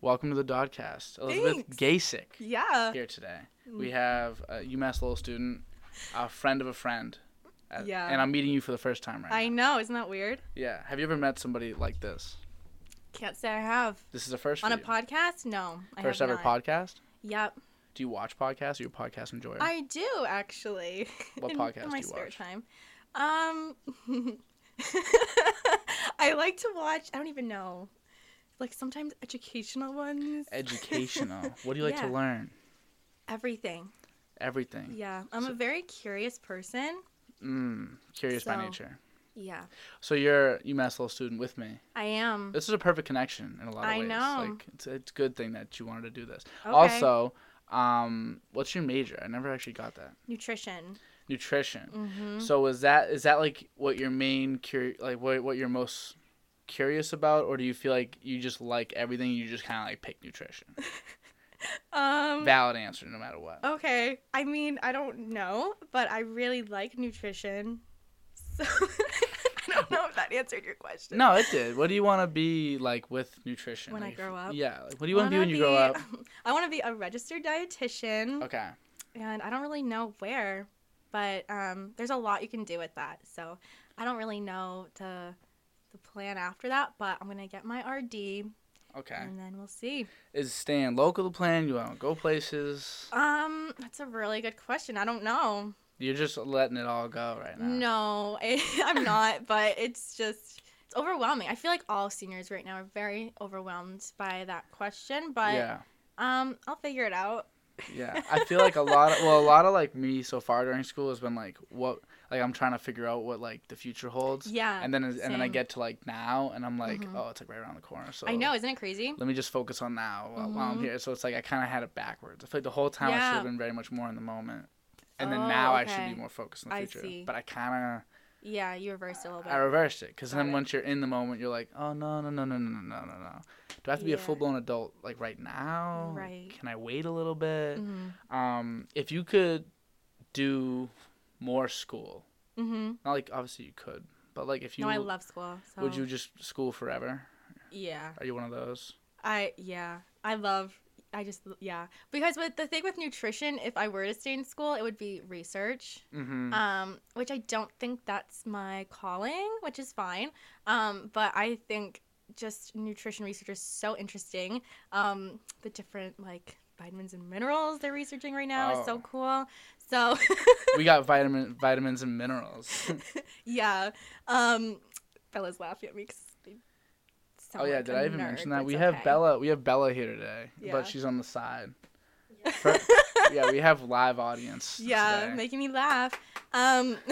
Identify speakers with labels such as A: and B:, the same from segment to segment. A: Welcome to the Dodcast. Elizabeth Gasick
B: Yeah. Mm.
A: here today. We have a UMass Lowell student, a friend of a friend. uh,
B: Yeah.
A: And I'm meeting you for the first time right
B: I
A: now.
B: know. Isn't that weird?
A: Yeah. Have you ever met somebody like this?
B: Can't say I have.
A: This is the first
B: On
A: for
B: a
A: you.
B: podcast? No. I
A: first
B: have
A: ever
B: not.
A: podcast.
B: Yep.
A: Do you watch podcasts? Are you a podcast enjoyer?
B: I do actually.
A: What
B: in,
A: podcast
B: in my
A: do you
B: spare
A: watch?
B: time? Um, I like to watch. I don't even know. Like sometimes educational ones.
A: Educational. what do you like to
B: Yeah.
A: learn?
B: Everything.
A: Everything.
B: Yeah, I'm a very curious person.
A: Mm, curious by
B: So-
A: nature.
B: Yeah,
A: So you're a UMass Lowell student with me.
B: I am.
A: This is a perfect connection in a lot of
B: I
A: ways.
B: know.
A: Like it's, it's a good thing that you wanted to do this.
B: Okay.
A: Also, um, what's your major? I never actually got that.
B: Nutrition.
A: Nutrition.
B: hmm
A: So is that is that like what your main cur like what what you're most curious about, or do you feel like you just like everything? You just kind of like pick nutrition.
B: Mm-hmm. Um.
A: Valid answer, no matter what.
B: okay. I mean, I don't know, but I really like nutrition. So I don't know if that answered your question.
A: No, it did. What do you want to be like with nutrition?
B: Oh, When I
A: Like,
B: grow up?
A: Yeah. Like, what do you want to be
B: wanna
A: when you grow up? Uh,
B: I want to be a registered dietitian,
A: Okay.
B: and I don't really know where, but um, there's a lot you can do with that. So I don't really know the the plan after that, but I'm gonna get my RD,
A: Okay.
B: and then we'll see.
A: Is staying local the plan? You want to go places?
B: Um, that's a really good question. I don't know.
A: You're just letting it all go right now.
B: No, I, I'm not. But it's just it's overwhelming. I feel like all seniors right now are very overwhelmed by that question. But
A: Yeah.
B: um, I'll figure it out.
A: Yeah. I feel like a lot of well, a lot of like me so far during school has been like what like I'm trying to figure out what like the future holds.
B: Yeah.
A: And then and then I
B: same.
A: get to like now and I'm like,
B: Mhm.
A: oh, it's like right around the corner. So
B: I know, isn't it crazy?
A: Let me just focus on now while, while I'm
B: Mhm.
A: here. So it's like I kind of had it backwards. I feel like the whole time I should
B: Yeah.
A: have been very much more in the moment. And then
B: Oh,
A: now I should
B: okay.
A: be more focused on the
B: I
A: future.
B: see.
A: But I kind
B: Yeah, you reversed it a little
A: of
B: bit.
A: I reversed it because
B: Got
A: then
B: it.
A: once you're in the moment, you're like, oh no no no no no no no no no. Do I have to be a
B: Yeah.
A: full blown adult like right now? Like,
B: Right.
A: Can I wait a little bit?
B: Mhm.
A: Um, if you could do more school,
B: Mhm.
A: not like obviously you could, but like if you
B: No, I love school. So.
A: would you just school forever?
B: Yeah.
A: Are you one of those?
B: I yeah. I love. I just yeah. Because with the thing with nutrition, if I were to stay in school, it would be research.
A: Mm-hmm.
B: Um, which I don't think that's my calling, which is fine. Um, but I think just nutrition research is so interesting. Um, the different like vitamins and minerals they're researching right now is
A: Oh.
B: so cool. So
A: we got vitamin vitamins and minerals.
B: Yeah. Um, Bella's laughing at me 'cause they
A: oh
B: sound
A: yeah,
B: like
A: did
B: a
A: I even
B: nerd,
A: mention
B: but
A: that?
B: it's
A: We have
B: okay.
A: Bella. We have Bella here today,
B: Yeah.
A: but she's on the side. For- yeah, we have live audience.
B: Yeah,
A: today.
B: making me laugh. Um,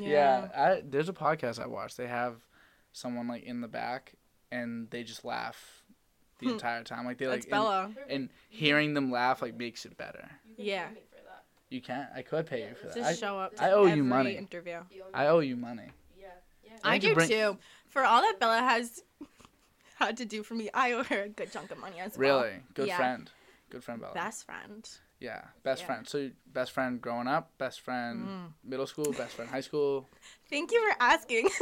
A: yeah. I, there's a podcast I watch. They have someone like in the back, and they just laugh the
B: Hmm.
A: entire time. Like they like
B: That's
A: in-
B: Bella.
A: and hearing them laugh like makes it better.
B: Yeah.
A: You can't. I could pay you for that.
B: Just
A: I,
B: show up. To
A: I owe you
B: every
A: money.
B: Interview.
A: I owe you money.
C: Yeah, yeah.
A: I
B: I
A: think you
B: do
A: bring-
B: too. For all that Bella has had to do for me, I owe her a good chunk of money as well.
A: Really good
B: Yeah.
A: friend. Good friend, Bella.
B: Best friend.
A: yeah, best
B: Yeah.
A: friend. So best friend growing up, best friend
B: Mm.
A: middle school, best friend high school.
B: Thank you for asking.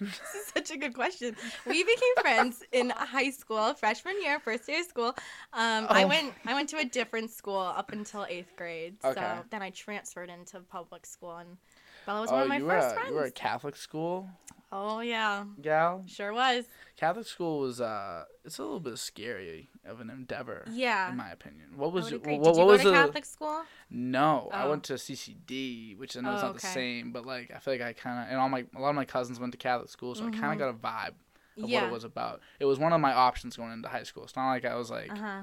B: this is such a good question. We became friends in high school, freshman year, first day of school. Um, I
A: Oh.
B: went I went to a different school up until eighth grade.
A: Okay. Oh,
B: So then I transferred into public school, and Bella was one of my
A: you were
B: first
A: a,
B: friends.
A: you were a Catholic school
B: Oh yeah,
A: gal.
B: sure was.
A: Catholic school was uh, it's a little bit scary of an endeavor.
B: Yeah.
A: In my opinion, what
B: I
A: was
B: would
A: your,
B: agree.
A: what,
B: Did you
A: what was
B: go to
A: the
B: Catholic school?
A: no? I
B: Oh.
A: went to CCD, which I know is
B: Oh,
A: not the
B: okay.
A: same, but like I feel like I kind of and all my a lot of my cousins went to Catholic school, so I kind
B: Mhm.
A: of got a vibe of what
B: yeah.
A: it was about. It was one of my options going into high school. It's not like I was like
B: Uh huh.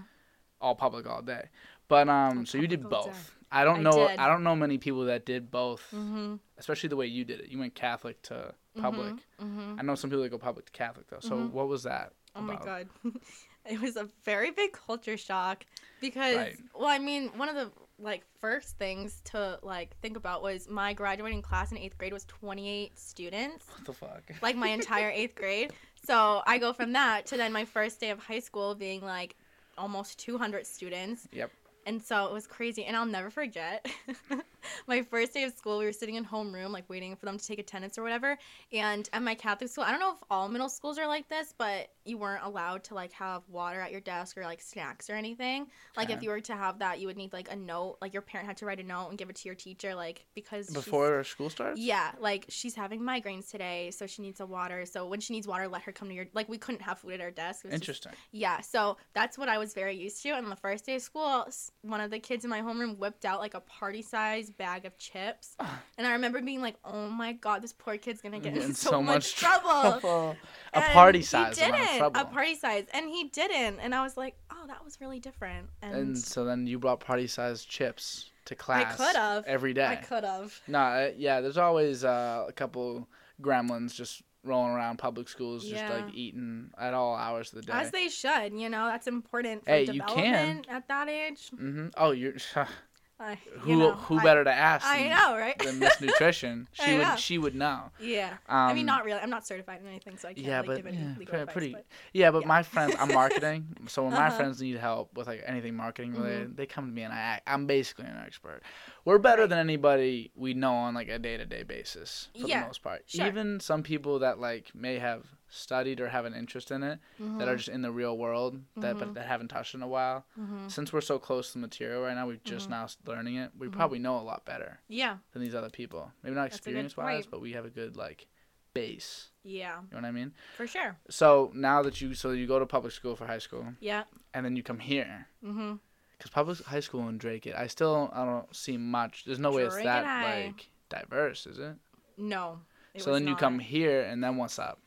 A: all public all day, but um,
B: All
A: so you did
B: public all
A: both.
B: day.
A: I don't
B: I
A: know.
B: did.
A: I don't know many people that did both,
B: Mm-hmm.
A: especially the way you did it. You went Catholic to public.
B: Mm-hmm.
A: I know some people that go public to Catholic though. So
B: Mhm.
A: what was that?
B: Oh my
A: about?
B: god. it was a very big culture shock because
A: Right.
B: well, I mean, one of the like first things to like think about was my graduating class in 8th grade was 28 students,
A: What the fuck?
B: like my entire 8th grade. So, I go from that to then my first day of high school being like almost 200 students.
A: Yep.
B: And so it was crazy and I'll never forget. my first day of school, we were sitting in homeroom, like waiting for them to take attendance or whatever. And at my Catholic school, I don't know if all middle schools are like this, but you weren't allowed to like have water at your desk or like snacks or anything. Like if
A: Okay.
B: you were to have that, you would need like a note. Like your parent had to write a note and give it to your teacher, like because she's-
A: Before school starts?
B: yeah, like she's having migraines today, so she needs a water. So when she needs water, let her come to your like we couldn't have food at our desk. It was just-
A: Interesting.
B: yeah, so that's what I was very used to. And the first day of school, s- one of the kids in my homeroom whipped out like a party size bag of chips, and I remember being like, "Oh my god, this poor kid's gonna get
A: You're
B: in so, much trouble."
A: a
B: And
A: party size
B: He
A: amount of
B: didn't.
A: trouble.
B: A party size, and he didn't. And I was like, "Oh, that was really different." And,
A: and so then you brought party size chips to class.
B: could've.
A: every
B: I
A: day.
B: could have.
A: No, uh, yeah. There's always uh, a couple gremlins just rolling around public schools, just
B: Yeah.
A: like eating at all hours of the day.
B: As they should, you know, that's important for
A: Hey, you can.
B: development at that age.
A: hmm Oh, you're
B: I- you
A: who?
B: know,
A: who
B: I-
A: better to ask?
B: I,
A: than,
B: know, right?
A: than Miss Nutrition.
B: I
A: She would.
B: know.
A: She would know.
B: yeah.
A: Um,
B: I mean, not really. I'm not certified in anything, so I can't
A: yeah,
B: like,
A: but
B: give any
A: yeah,
B: legal
A: pretty,
B: advice.
A: pretty-
B: but-
A: yeah, but
B: yeah.
A: my friends, I'm marketing, so when my
B: Uh-huh.
A: friends need help with like anything marketing
B: Mhm.
A: related, they come to me and I, act, I'm basically an expert. We're better
B: Right.
A: than anybody we know on like a day to day basis for
B: Yeah,
A: the most part.
B: sure.
A: Even some people that like may have studied or have an interest in it that are
B: Mhm,
A: just in the real world that
B: Mhm.
A: but that haven't touched in a while.
B: mhm.
A: Since we're so close to the material right now, we've just
B: Mm-hmm.
A: now s- learning it. We
B: Mhm.
A: probably know a lot better
B: Yeah,
A: than these other people. Maybe not
B: That's a good
A: experience wise,
B: point.
A: but we have a good like base.
B: yeah,
A: You know what I mean?
B: for sure.
A: So now that you so you go to public school for high school,
B: Yeah.
A: and then you come here
B: Mm-hmm.
A: because public high school in Drake it. I still I don't see much. There's no way it's
B: Drake
A: that
B: and I.
A: like diverse, is it?
B: No. it
A: so
B: was
A: then you
B: not.
A: come here, and then what's up?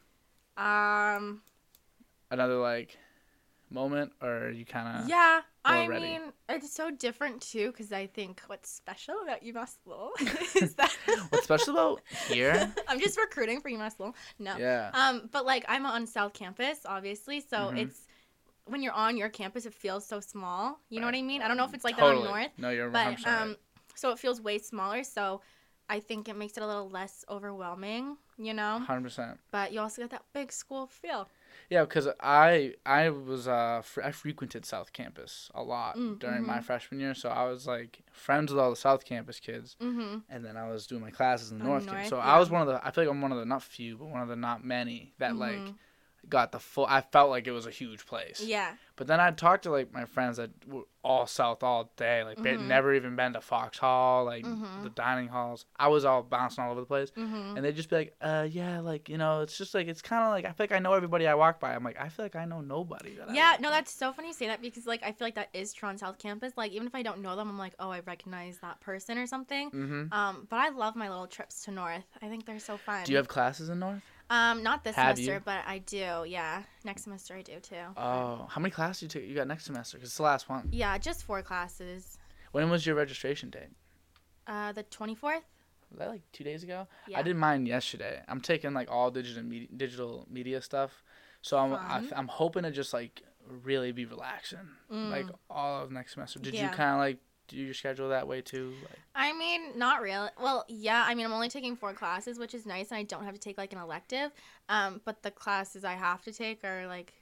B: Um.
A: Another like moment, or you kind of
B: yeah. I
A: uh, already.
B: mean, it's so different too, because I think what's special about UMass Lowell is that
A: what's special about here?
B: I'm just recruiting for UMass Lowell. No.
A: Yeah,
B: Um, but like I'm on South Campus, obviously, so
A: Mhm.
B: it's when you're on your campus, it feels so small. You know what
A: Right.
B: I mean? I don't know if it's like
A: totally.
B: that on North.
A: No, you're
B: but
A: 100%
B: um
A: right.
B: so it feels way smaller so i think it makes it a little less overwhelming you know
A: Hundred percent.
B: but you also got that big school feel
A: Yeah, because I I was uh fr- I frequented South Campus a lot
B: Mm,
A: during my freshman year, so I was like friends with all the South Campus kids.
B: mm-hmm
A: and then I was doing my classes in the
B: On
A: North,
B: North,
A: Campus. So
B: yeah.
A: I was one of the. I feel like I'm one of the not few, but one of the not many that like
B: Mhm.
A: got the full. I felt like it was a huge place.
B: yeah
A: But then I talked to like my friends that were all South all day. Like they'd
B: Mhm.
A: never even been to Fox Hall, like
B: Mhm.
A: the dining halls. I was all bouncing all over the place.
B: mm-hmm
A: And they'd just be like, uh, yeah, like, you know, it's just like, it's kind of like, I feel like I know everybody I walk by. I'm like, I feel like I know nobody that I
B: yeah
A: walk
B: no
A: by.
B: that's so funny you say that because like i feel like that is tron south campus like even if i don't know them i'm like oh i recognize that person or something
A: Mm-hmm.
B: um but i love my little trips to north i think they're so fun
A: Do you have classes in North?
B: um not this
A: Have
B: semester
A: you?
B: but i do yeah next semester i do too
A: Oh, how many classes you take? You got next semester? 'Cause it's the last one.
B: yeah just four classes
A: When was your registration date?
B: uh the 24th
A: was that like two days ago?
B: yeah
A: I did mine yesterday. I'm taking like all digital media, digital media stuff, so I'm I,
B: Fun.
A: I'm hoping to just like really be relaxing like
B: Mm.
A: all of next semester. Did you
B: Yeah.
A: kind of like do your schedule that way too? Like,
B: I mean, not real. Well, yeah. I mean, I'm only taking four classes, which is nice, and I don't have to take like an elective. Um, but the classes I have to take are like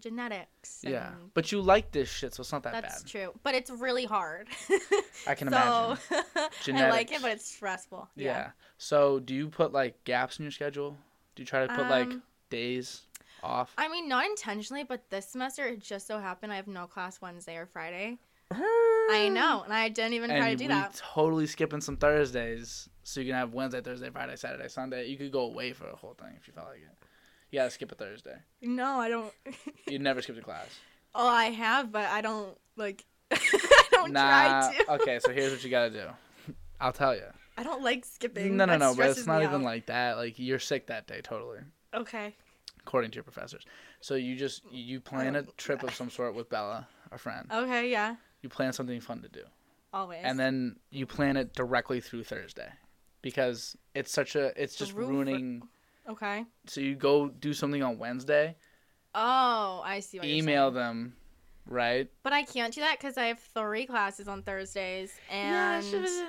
B: nutrigenetics. And
A: yeah, but you like this shit, so it's not that
B: that's
A: bad.
B: true. But it's really hard.
A: I can
B: so
A: imagine.
B: I like
A: Genetics.
B: it, but it's stressful.
A: Yeah. So do you put like gaps in your schedule? Do you try to put like
B: Um,
A: days off?
B: I mean, not intentionally, but this semester it just so happened I have no class Wednesday or Friday. I know, and I didn't even
A: And
B: try to do
A: we
B: that.
A: totally skipping some Thursdays, so you can have Wednesday, Thursday, Friday, Saturday, Sunday. You could go away for a whole thing if you felt like it. You gotta skip a Thursday.
B: No, I don't.
A: You never skipped a class.
B: oh, I have, but I don't like. I don't
A: nah.
B: try to.
A: okay, so here's what you gotta do. I'll tell you.
B: I don't like skipping.
A: No, no,
B: That
A: no. But
B: stresses
A: it's not
B: me
A: even
B: out.
A: like that. Like you're sick that day, totally,
B: Okay.
A: according to your professors. So you just you plan a trip of some sort with Bella, a friend.
B: Okay. Yeah.
A: You plan something fun to do.
B: Always.
A: and then you plan it directly through Thursday because it's such a it's
B: The
A: just
B: roof-
A: ruining.
B: okay.
A: So you go do something on Wednesday,
B: Oh, I see. What You're
A: email
B: saying.
A: them, right?
B: But I can't do that because I have three classes on Thursdays, and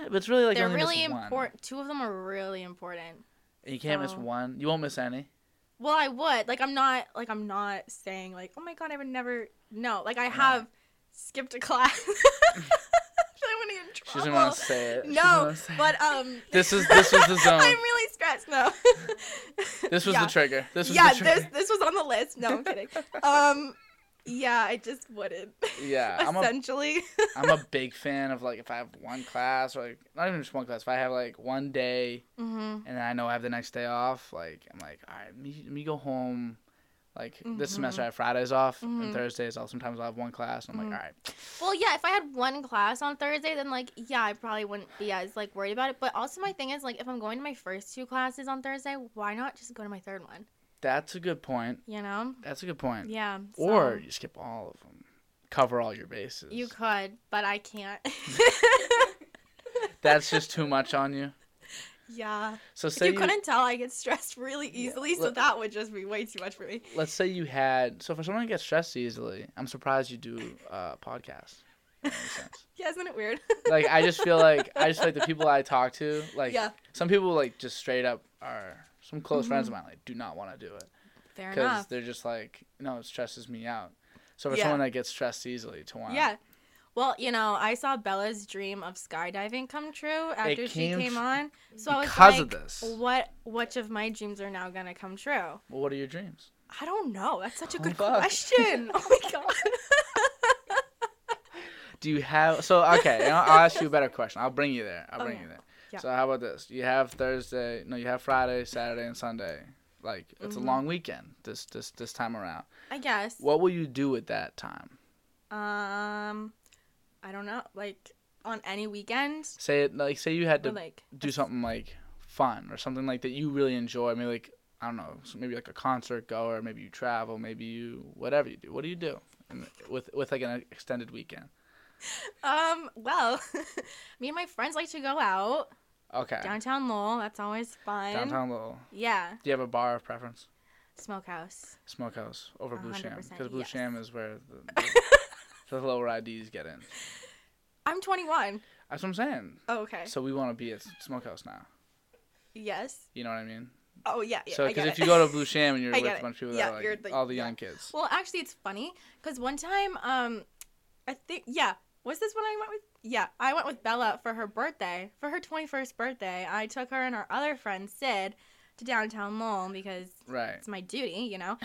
A: but it's really like you
B: they're
A: only
B: really
A: miss one.
B: important. Two of them are really important.
A: And You can't miss
B: so-
A: one. You won't miss any.
B: Well, I would like. I'm not like. I'm not saying like. Oh my god, I would never. No, like I
A: Right.
B: have skipped a class. I wouldn't get in
A: She's
B: awful.
A: doesn't want to say it. She doesn't
B: Oh, no,
A: wanna say it.
B: but um.
A: This is- this was the zone.
B: I'm really stressed now.
A: this was
B: yeah.
A: the trigger. This was
B: yeah,
A: the trigger.
B: this this was on the list. No, I'm kidding. Um, yeah, I just wouldn't.
A: Yeah, I'm a
B: Essentially,
A: I'm a big fan of like if I have one class or like not even just one class. If I have like one day
B: hmm
A: and then I know I have the next day off, like I'm like, all right, let me, let me go home. Like this
B: Mm-hmm.
A: semester, I have Fridays off
B: Mhm.
A: and Thursdays. I'll sometimes I'll have one class.
B: Mm-hmm.
A: And I'm like, all right,
B: Well, yeah, if I had one class on Thursday, then like, yeah, I probably wouldn't be as like worried about it. But also, my thing is like, if I'm going to my first two classes on Thursday, why not just go to my third one?
A: that's a good point.
B: You know?
A: That's a good point.
B: Yeah.
A: Or
B: so
A: you skip all of them, cover all your bases.
B: you could, but I can't.
A: that's just too much on you.
B: yeah.
A: So
B: If
A: say
B: you, couldn't tell, I get stressed really easily, so
A: Look-
B: that would just be way too much for me.
A: let's say you had so for someone who gets stressed easily i'm surprised you do uh, podcasts in a sense.
B: Yeah, isn't it weird?
A: like i just feel like i just feel like the people i talk to like
B: Yeah.
A: some people like just straight up are some close friends of mine like do not want to do it
B: Mm-hmm. Fair
A: because
B: enough.
A: they're just like no it stresses me out so for
B: Yeah.
A: someone that gets stressed easily to want
B: Yeah. Well, you know, I saw Bella's dream of skydiving come true after she
A: came
B: came
A: tr-
B: on. So I was
A: because
B: like,
A: of this.
B: what which of my dreams are now gonna come true?
A: well, what are your dreams
B: I don't know. That's such a
A: Oh,
B: good
A: fuck.
B: question. Oh my god.
A: do you have so okay you know, i'll ask you a better question i'll bring you there i'll
B: Oh,
A: bring
B: yeah.
A: you there
B: Yeah.
A: so how about this you have thursday no you have friday saturday and sunday like it's a
B: Mhm.
A: long weekend this this this time around
B: I guess.
A: What will you do at that time?
B: Um, I don't know. Like on any weekend
A: Say it like say you had
B: or
A: to
B: like
A: do something like fun or something like that you really enjoy. Maybe like I don't know, so maybe like a concert goer. Maybe you travel. Maybe you whatever you do. What do you do in- with with like an extended weekend?
B: um. Well, me and my friends like to go out
A: Okay,
B: downtown Lowell. That's always fun.
A: downtown Lowell.
B: Yeah,
A: Do you have a bar of preference?
B: smokehouse.
A: Smokehouse over Blue Sham
B: 100%,
A: because Blue
B: yes.
A: Sham is where the, the, the lower IDs get in.
B: I'm 21.
A: That's what I'm saying.
B: Oh, okay.
A: So we want to be at Smokehouse now.
B: yes.
A: You know what I mean?
B: Oh yeah. yeah
A: So
B: I get
A: because if
B: it.
A: you go to Blue Sham and you're
B: I
A: with
B: get
A: a
B: it.
A: bunch of people
B: Yeah,
A: that are
B: you're
A: like,
B: the-
A: all the
B: yeah.
A: young kids.
B: Well, actually, it's funny because one time, um, I think yeah, was this when I went with? Yeah, I went with Bella for her birthday, for her twenty first birthday. I took her and our other friend Sid to downtown Lowell because
A: Right.
B: it's my duty, you know.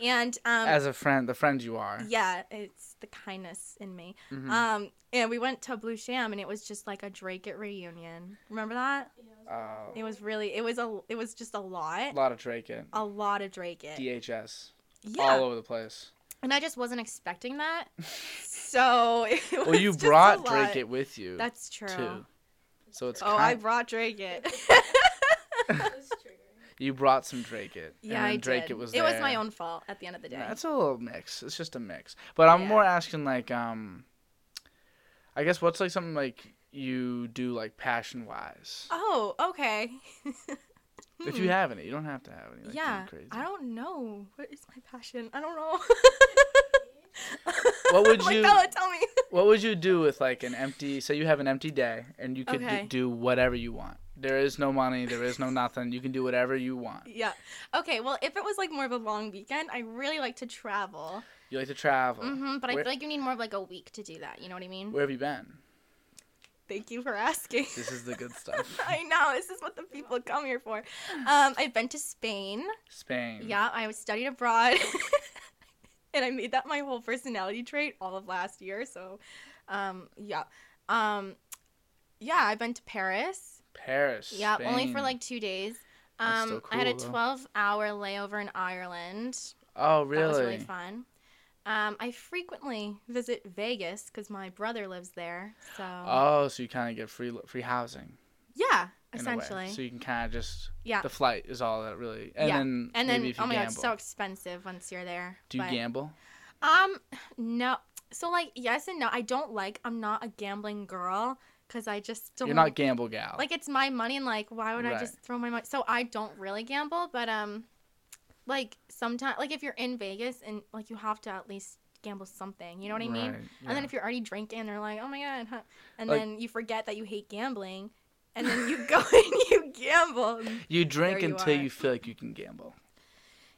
B: And um,
A: as a friend, the friend you are.
B: yeah, it's the kindness in me.
A: Mhm.
B: Um, and we went to Blue Sham, and it was just like a Drake at reunion. Remember that?
A: Uh,
B: It was really, it was a, it was just
A: a
B: a lot,
A: lot of Drake in
B: a lot of Drake it.
A: DHS
B: Yeah.
A: all over the place.
B: and I just wasn't expecting that. so it was
A: Well, you
B: just a
A: brought
B: lot.
A: Drake it with you
B: That's true.
A: too, so it's
B: Oh, I
A: kind,
B: brought Drake it.
A: you brought some Drake it.
B: yeah,
A: and
B: I
A: then Drake
B: did.
A: it was.
B: It was
A: there.
B: my own fault at the end of the day.
A: Yeah, it's a little mix. It's just a mix. But I'm
B: Yeah.
A: more asking like, um, I guess what's like something like you do like passion wise,
B: oh, okay.
A: if you have any. You don't have to have any. Like,
B: Um, yeah,
A: yeah, crazy.
B: I don't know. What is my passion? I don't know.
A: What would
B: Like,
A: you-
B: Bella, tell me.
A: What would you do with like an empty? Say you have an empty day and you could
B: Okay.
A: d- do whatever you want. There is no money. There is no nothing. You can do whatever you want.
B: yeah. Okay. Well, if it was like more of a long weekend, I really like to travel.
A: You like to travel.
B: hmm but I
A: Oh, Where-
B: feel like you need more of like a week to do that. You know what I mean?
A: Where have you been?
B: Thank you for asking.
A: This is the good stuff.
B: I know. This is what the people come here for. Um, I've been to Spain.
A: Spain.
B: Yeah, I was studied abroad. and I made that my whole personality trait all of last year. So, um, yeah. Um, yeah, I've been to Paris.
A: Paris.
B: Yeah, only for
A: Spain.
B: like two days.
A: That's
B: Um,
A: still
B: I had a
A: cool, though.
B: 12 hour layover in Ireland.
A: Oh really?
B: That was really fun. Um, I frequently visit Vegas because my brother lives there. So,
A: Oh, so you kind of get free lo- free housing.
B: yeah,
A: in a way.
B: essentially.
A: So you can kind of just
B: yeah.
A: the flight is all that really. And
B: Yeah.
A: then
B: And
A: maybe
B: then,
A: if you
B: oh my god,
A: gamble.
B: it's so expensive once you're there.
A: do you
B: but-
A: gamble?
B: Um, no. So like, yes and no. I don't like. I'm not a gambling girl because I just don't.
A: You're not gamble gal.
B: like it's my money and like why would I
A: Right.
B: just throw my money? So I don't really gamble, but um, like sometimes like if you're in Vegas and like you have to at least gamble something. You know what I mean?
A: Right,
B: And then
A: yeah.
B: if you're already drinking, they're like, oh my god, huh? and
A: Like-
B: then you forget that you hate gambling, and then you go and you gamble.
A: you drink
B: you
A: until
B: are.
A: you feel like you can gamble,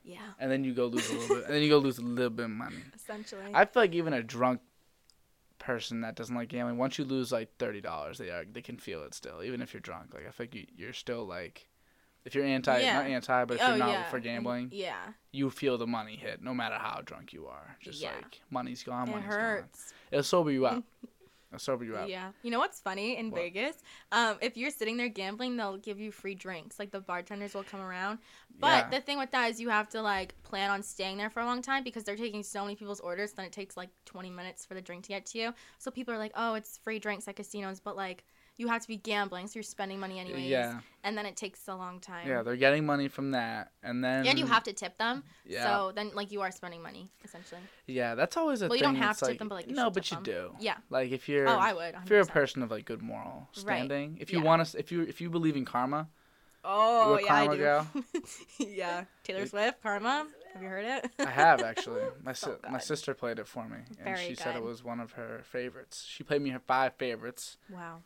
B: Yeah,
A: and then you go lose a little bit, and then you go lose a little bit of money.
B: essentially.
A: I feel like even a drunk person that doesn't like gambling, once you lose like thirty dollars, they are they can feel it still, even if you're drunk. Like I think you, you're still like, if you're anti,
B: Yeah.
A: not anti, but if
B: Oh,
A: you're not
B: yeah.
A: for gambling,
B: Yeah.
A: you feel the money hit, no matter how drunk you are. Just
B: Yeah.
A: like money's gone,
B: it
A: money's gone.
B: hurts.
A: It'll sober you up. It'll sober you up.
B: Yeah. You know what's funny in
A: What?
B: Vegas? Um, if you're sitting there gambling, they'll give you free drinks. Like the bartenders will come around. But
A: Yeah.
B: the thing with that is you have to like plan on staying there for a long time because they're taking so many people's orders. Then it takes like 20 minutes for the drink to get to you. So people are like, oh, it's free drinks at casinos, but like you have to be gambling, so you're spending money anyways.
A: yeah,
B: And then it takes a long time.
A: yeah, they're getting money from that, and then
B: and you have to tip them.
A: yeah,
B: So then like you are spending money essentially.
A: yeah. That's always a
B: Well,
A: thing.
B: you don't have
A: it's
B: to tip
A: like,
B: them, but, like, you
A: no,
B: should
A: but
B: tip
A: you
B: them.
A: do.
B: Yeah.
A: Like if you're
B: Oh, I would. 100%.
A: if you're a person of like good moral standing, if you
B: Yeah.
A: want to, if you if you believe in karma,
B: Oh
A: You a
B: yeah, I
A: karma
B: do. yeah, Taylor
A: It-
B: Swift, Karma. Have you heard it?
A: I have actually. My si-
B: So
A: my
B: good.
A: sister played it for me, and
B: Very
A: she said it
B: good.
A: was one of her favorites. She played me her five favorites.
B: Wow.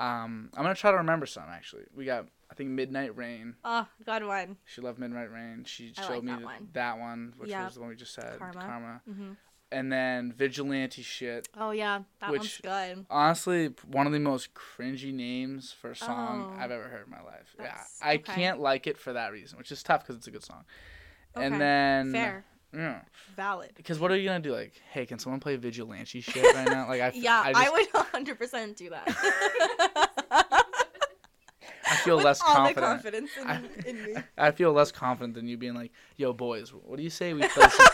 A: Um, I'm gonna try to remember some actually. We got I think Midnight Rain.
B: Oh, good one.
A: She loved Midnight Rain. She
B: I
A: showed
B: like
A: me
B: that
A: th-
B: one.
A: that one, which
B: Yeah.
A: was the one we just said,
B: Karma.
A: Karma.
B: hmm
A: And then Vigilante shit.
B: Oh yeah, that
A: Which-
B: one's good.
A: Honestly, p- one of the most cringy names for a song
B: Oh.
A: I've ever heard in my life.
B: That's-
A: yeah, I
B: okay.
A: can't like it for that reason, which is tough because it's a good song.
B: Okay.
A: And then
B: Fair,
A: yeah,
B: valid.
A: because what are you gonna do? Like, hey, can someone play Vigilante shit right now? Like, I f-
B: Yeah, I,
A: I, just,
B: would 100 percent do that.
A: I feel
B: With
A: less
B: all
A: confident.
B: the confidence in,
A: I-
B: in me.
A: I feel less confident than you being like, "Yo, boys, what do you say we play some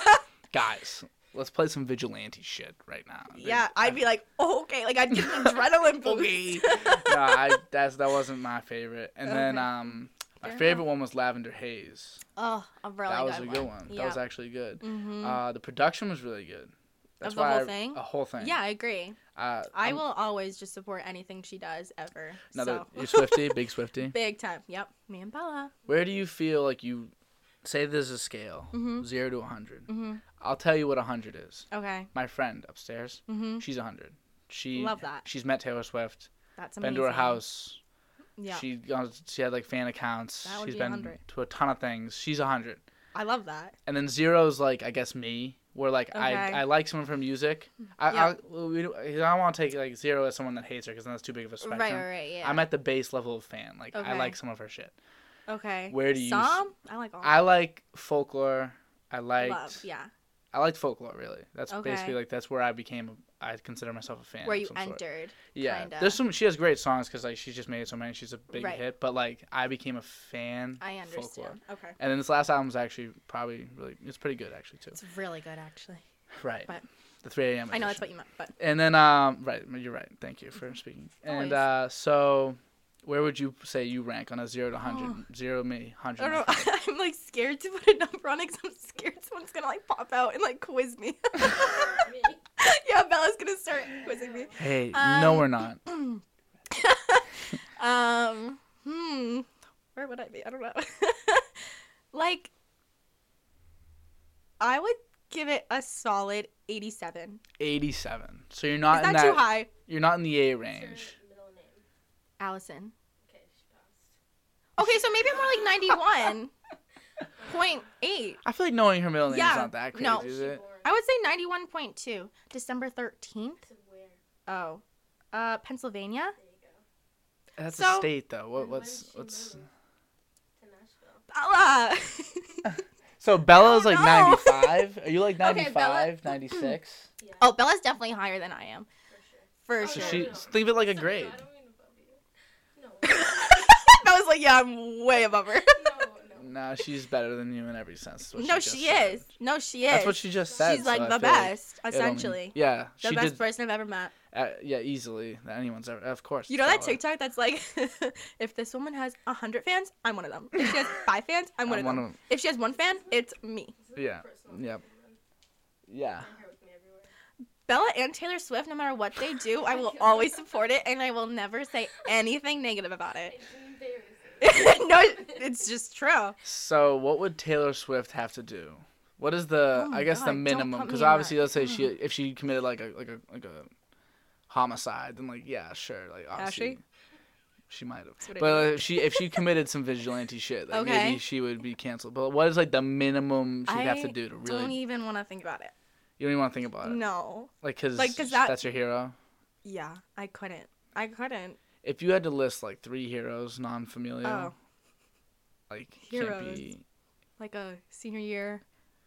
A: guys? Let's play some vigilante shit right now." They-
B: Yeah, I'd be like, oh, okay, like I'd get an adrenaline boost.
A: okay. no, I, that's that wasn't my favorite. And then
B: Okay.
A: um, my
B: Fair
A: favorite one was Lavender Haze.
B: Oh, a really
A: that was
B: good
A: a good one.
B: Yeah.
A: That was actually good.
B: Mhm.
A: Uh, the production was really good. That's
B: the
A: why
B: whole
A: I-
B: thing?
A: A whole thing.
B: yeah, I agree.
A: Uh,
B: I
A: I'm
B: will always just support anything she does ever.
A: Another
B: so.
A: you Swifty, big Swifty.
B: Big time. Yep. Me and Bella.
A: Where do you feel like you say there's a scale
B: Mhm.
A: zero to 100
B: Mhm.
A: I'll tell you what hundred is.
B: Okay.
A: My friend upstairs.
B: Mhm.
A: She's 100. She
B: Love that.
A: She's met Taylor Swift.
B: That's amazing.
A: Been to her house.
B: Yeah.
A: She goes- she had like fan accounts.
B: That would
A: She's
B: be
A: been
B: 100.
A: to a ton of things. She's 100.
B: I love that.
A: And then zero's like I guess me, where like
B: Okay. Mm-hmm.
A: I I like someone from music. I
B: Yeah.
A: I, well, we don't, I don't want to take like zero as someone that hates her because then that's too big of a spectrum.
B: Right, right, right. Yeah.
A: I'm at the base level of fan. Like I
B: Okay.
A: like some of her shit.
B: okay.
A: Where do you s-
B: Some? I like all.
A: I like folklore. I liked
B: love. Yeah.
A: I liked folklore really. That's
B: Okay.
A: basically like that's where I became. A, I consider myself a fan.
B: Where
A: of
B: you
A: some sort.
B: entered.
A: Yeah,
B: kinda.
A: there's some. She has great songs because like she's just made so many. She's a big
B: Right.
A: hit. But like I became a fan.
B: I
A: of folklore.
B: understand. Okay.
A: And then this last album's actually probably really it's pretty good actually too.
B: It's really good, actually.
A: Right.
B: but-
A: the 3 a.m.
B: I know that's what
A: edition.
B: you meant, but
A: And then um right you're right. Thank you for speaking. And
B: Always.
A: uh so. Where would you say you rank on a zero to hundred?
B: Oh.
A: Zero me, hundred.
B: I don't know. I'm like scared to put a number on it 'cause I'm scared someone's gonna like pop out and like quiz me. yeah, Bella's gonna start quizzing me.
A: Hey,
B: Um,
A: no, we're not.
B: Um, hmm, where would I be? I don't know. like, I would give it a solid 87.
A: Eighty-seven. So you're
B: Is
A: not
B: that,
A: in that.
B: too high?
A: You're not in the A range.
B: Allison.
C: Okay, she passed.
B: Okay, so maybe I'm more like 91.8.
A: I feel like knowing her middle name
B: Yeah,
A: is not that crazy,
B: no.
A: is it?
B: I would say 91.2. December 13th. Oh. Uh, Pennsylvania.
A: That's
B: So-
A: a state though. What, what's what's?
B: Bella.
A: So Bella's
B: I
A: like
B: don't know.
A: 95. Are you like
B: Bella-
A: 95, 96?
B: oh, Bella's definitely higher than I am. For
C: Oh,
A: So
B: sure.
C: yeah.
A: she leave it like a grade.
C: I don't mean above you. No,
B: Bella's like, yeah, I'm way above her.
C: no, no.
A: No, she's better than you in every sense. is what
B: No,
A: she,
B: she,
A: just said.
B: is. No, she is.
A: That's what she just said.
B: She's
A: so
B: like
A: I
B: the
A: feel like
B: best,
A: it only-
B: essentially.
A: yeah,
B: The
A: she
B: best
A: did.
B: person I've ever met.
A: Uh, yeah, easily that anyone's ever. Of course.
B: You know that
A: Bella.
B: TikTok that's like, if this woman has a hundred fans, I'm one of them. If she has five fans, I'm one
A: I'm
B: of them.
A: one of them.
B: If she has one fan, it's me.
C: It's a
A: Yeah,
C: personal
A: yep.
C: statement.
A: Yeah.
C: My hair with me everywhere.
B: Bella and Taylor Swift, no matter what they do, I will always support it, and I will never say anything negative about it.
C: It's embarrassing.
B: no, it's just true.
A: So what would Taylor Swift have to do? What is the
B: Oh my
A: I guess
B: God,
A: the
B: don't
A: minimum?
B: put me
A: Because
B: in that. Mm-hmm.
A: obviously, let's say she if she committed like a like a like a homicide, then like yeah, sure, like obviously
B: she?
A: she might have.
B: what I
A: But if she if she committed some vigilante shit, like
B: Okay.
A: maybe she would be canceled. But what is like the minimum she'd have
B: I
A: to do to
B: Don't
A: really?
B: even want to think about it.
A: You don't even want to think about it.
B: No.
A: Like, cause,
B: Like, 'cause that-
A: that's your hero.
B: Yeah, I couldn't. I couldn't.
A: If you had to list like three heroes, non-familial,
B: Oh.
A: like can't
B: Heroes.
A: be.
B: Like a senior year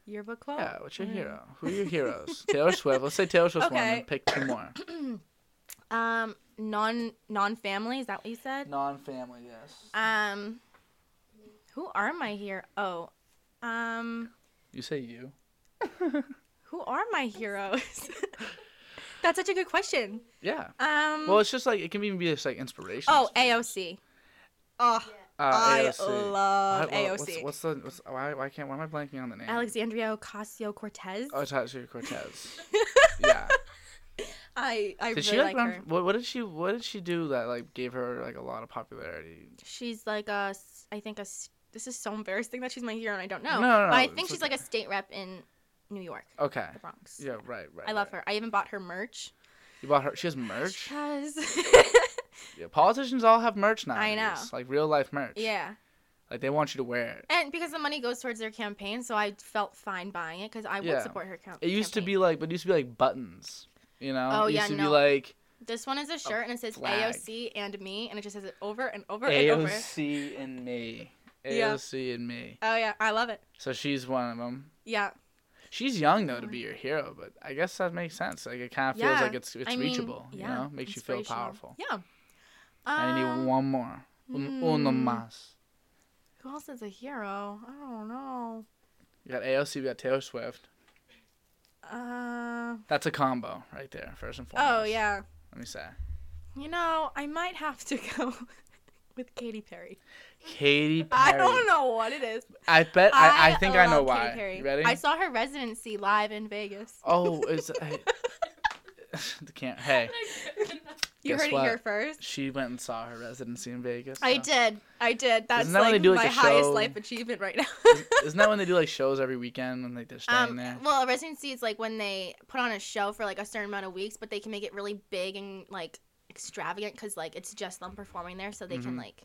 B: yearbook club.
A: Yeah, what's your
B: I don't
A: hero? Who are your heroes? Taylor Swift. Let's say Taylor Swift's one,
B: Okay.
A: and pick two more.
B: know. Um non non family, is that what you said?
A: Non-family, yes.
B: Um who are my hero? Oh. Um
A: You say you.
B: who are my heroes? That's such a good question.
A: Yeah.
B: Um
A: Well, it's just like it can even be just like inspiration.
B: Oh, AOC. Oh,
C: Yeah.
A: Uh,
B: I
A: AOC.
B: love
A: I- well, What's,
B: AOC.
A: what's the what's, why why can't why am I blanking on the name?
B: Alexandria Ocasio Cortez.
A: Oh, it's actually Cortez. yeah.
B: I I
A: Did
B: really
A: she like?
B: like
A: run-
B: her.
A: What, what did she What did she do that like gave her like a lot of popularity?
B: She's like a s- I think a s- this is so embarrassing that she's my hero and I don't know.
A: No, no,
B: but I
A: no,
B: think
A: it's
B: she's like a state rep in New York,
A: Okay.
B: the Bronx.
A: Yeah. Right. Right.
B: I love
A: right.
B: her. I even bought her merch.
A: You bought her. She has merch.
B: Yes.
A: Yeah, politicians all have merch now.
B: I know.
A: Like real life merch.
B: yeah.
A: Like they want you to wear it.
B: And because the money goes towards their campaign, so I felt fine buying it because I would
A: Yeah.
B: support her count.
A: It used to be like, but it used to be like buttons. You know.
B: Oh,
A: it used
B: yeah,
A: to be
B: no.
A: like
B: This one is a shirt and it says
A: flag.
B: AOC and me, and it just says it over and over and over.
A: AOC and me.
B: Yeah.
A: AOC and me.
B: Oh yeah, I love it.
A: So she's one of them.
B: Yeah.
A: She's young though to be your hero, but I guess that makes sense. Like it kind of feels
B: Oh Yeah.
A: like it's it's
B: I mean,
A: reachable.
B: yeah,
A: You know, makes you feel
B: inspirational.
A: powerful.
B: Yeah. Um,
A: I need one more. Un, uno
B: hmm.
A: más.
B: Who else is a hero? I don't know.
A: You got AOC, we got Taylor Swift.
B: Uh,
A: That's a combo right there, first and foremost.
B: oh yeah.
A: Let me say.
B: You know, I might have to go with Katy Perry.
A: Katy
B: I
A: Perry.
B: don't know what it is.
A: I bet I, I,
B: I
A: think I know
B: love Katy
A: why.
B: Perry.
A: You ready?
B: I saw her residency live in Vegas.
A: oh, it's I, can't hey.
B: you
A: guess
B: heard
A: what?
B: it here first.
A: She went and saw her residency in Vegas.
B: I
A: so-
B: did. I did. That's
A: Isn't that when
B: like
A: they do, like,
B: my
A: the
B: highest
A: show?
B: life achievement right now.
A: Is- Isn't that when they do like shows every weekend when like they're staying
B: Um,
A: there?
B: well, a residency is like when they put on a show for like a certain amount of weeks, but they can make it really big and like extravagant because like it's just them performing there, so they can
A: Mhm.
B: like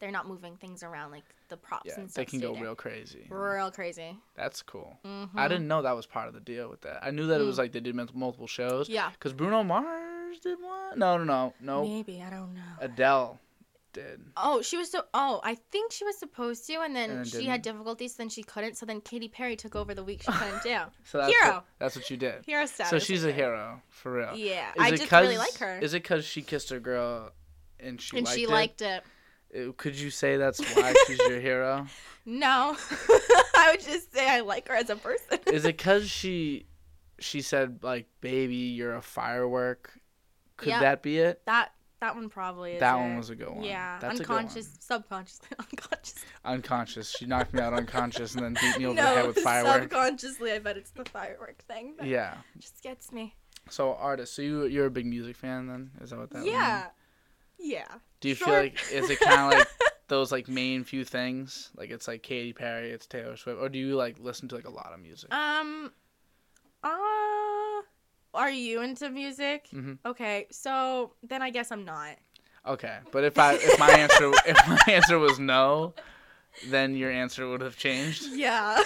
B: they're not moving things around like the props
A: Yeah,
B: and
A: they
B: stuff.
A: can
B: stay
A: go
B: there.
A: real crazy.
B: real crazy.
A: That's cool.
B: Mm-hmm.
A: I didn't know that was part of the deal with that. I knew that it was
B: Mm.
A: like they did mul- multiple shows.
B: Yeah,
A: Cause Bruno Mars did one. No, no, no, no.
B: maybe I don't know.
A: Adele did.
B: Oh, she was so. Oh, I think she was supposed to, and then
A: And then
B: she had difficulties, then she couldn't. So then Katy Perry took over the week she couldn't do.
A: So that's
B: Hero.
A: What, that's what you did.
B: Hero status.
A: So she's a
B: right there.
A: hero for real.
B: Yeah,
A: Is
B: I
A: it
B: just really
A: 'cause-
B: like her,
A: Is it because she kissed a girl and she
B: and
A: liked
B: she
A: it?
B: liked it.
A: Uh, Could you say that's why she's your hero?
B: No, I would just say I like her as a person.
A: Is it because she she said like, "Baby, you're a firework"? Could
B: Yeah.
A: that be it?
B: That that one probably is.
A: that
B: it.
A: one was a good one.
B: yeah,
A: that's
B: unconscious,
A: A good
B: subconsciously, unconsciously.
A: one. Unconscious. She knocked me out unconscious and then beat me over the head
B: No,
A: with fireworks.
B: subconsciously, I bet it's the firework thing. That
A: yeah.
B: just gets me.
A: So artist, so you you're a big music fan then? Is that what that? would mean?
B: yeah, yeah.
A: Do you feel
B: sure.
A: like is it kind of like those like main few things? Like it's like Katy Perry, it's Taylor Swift, or do you like listen to like a lot of music?
B: Um, uh, are you into music?
A: Mhm.
B: Okay, so then I guess I'm not.
A: Okay, but if I if my answer if my answer was no, then your answer would have changed.
B: Yeah.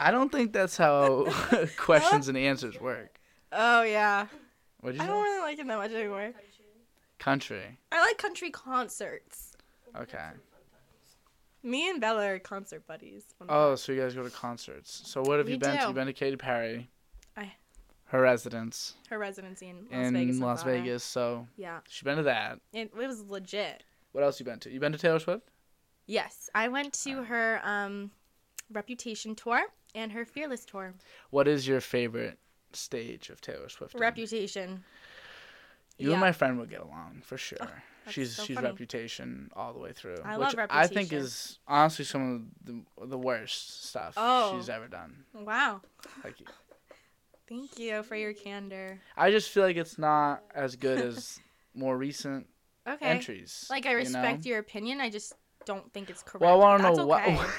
A: I don't think that's how questions and answers work.
B: oh yeah.
A: What'd you
B: I don't
A: say?
B: really like it that much anymore.
A: Country.
B: I like country concerts.
A: Okay.
B: Me and Bella are concert buddies. One of
A: Oh, so you guys go to concerts. So what have
B: We
A: you been to?
B: do.
A: You've been to Katy Perry.
B: I-
A: Her residence
B: her residency in Las
A: in
B: Vegas.
A: Las
B: Nevada.
A: Vegas. So
B: Yeah,
A: she's been to that.
B: it, it was legit.
A: What else you been to? You been to Taylor Swift?
B: Yes, I went to her um, Reputation tour and her Fearless tour.
A: What is your favorite stage of Taylor Swift? in?
B: Reputation.
A: You and
B: Yeah. Oh,
A: my friend will get along for sure.
B: that's
A: she's
B: so
A: she's
B: funny.
A: reputation all the way through.
B: I
A: which
B: love
A: I think
B: Reputation.
A: is honestly some of the the worst stuff
B: Oh.
A: she's ever done.
B: Wow.
A: Like
B: Thank you for your candor.
A: I just feel like it's not as good as more recent
B: Okay.
A: entries.
B: Like I
A: you
B: respect
A: know?
B: your opinion. I just don't think it's correct.
A: Well, I want to
B: That's
A: know what.
B: okay.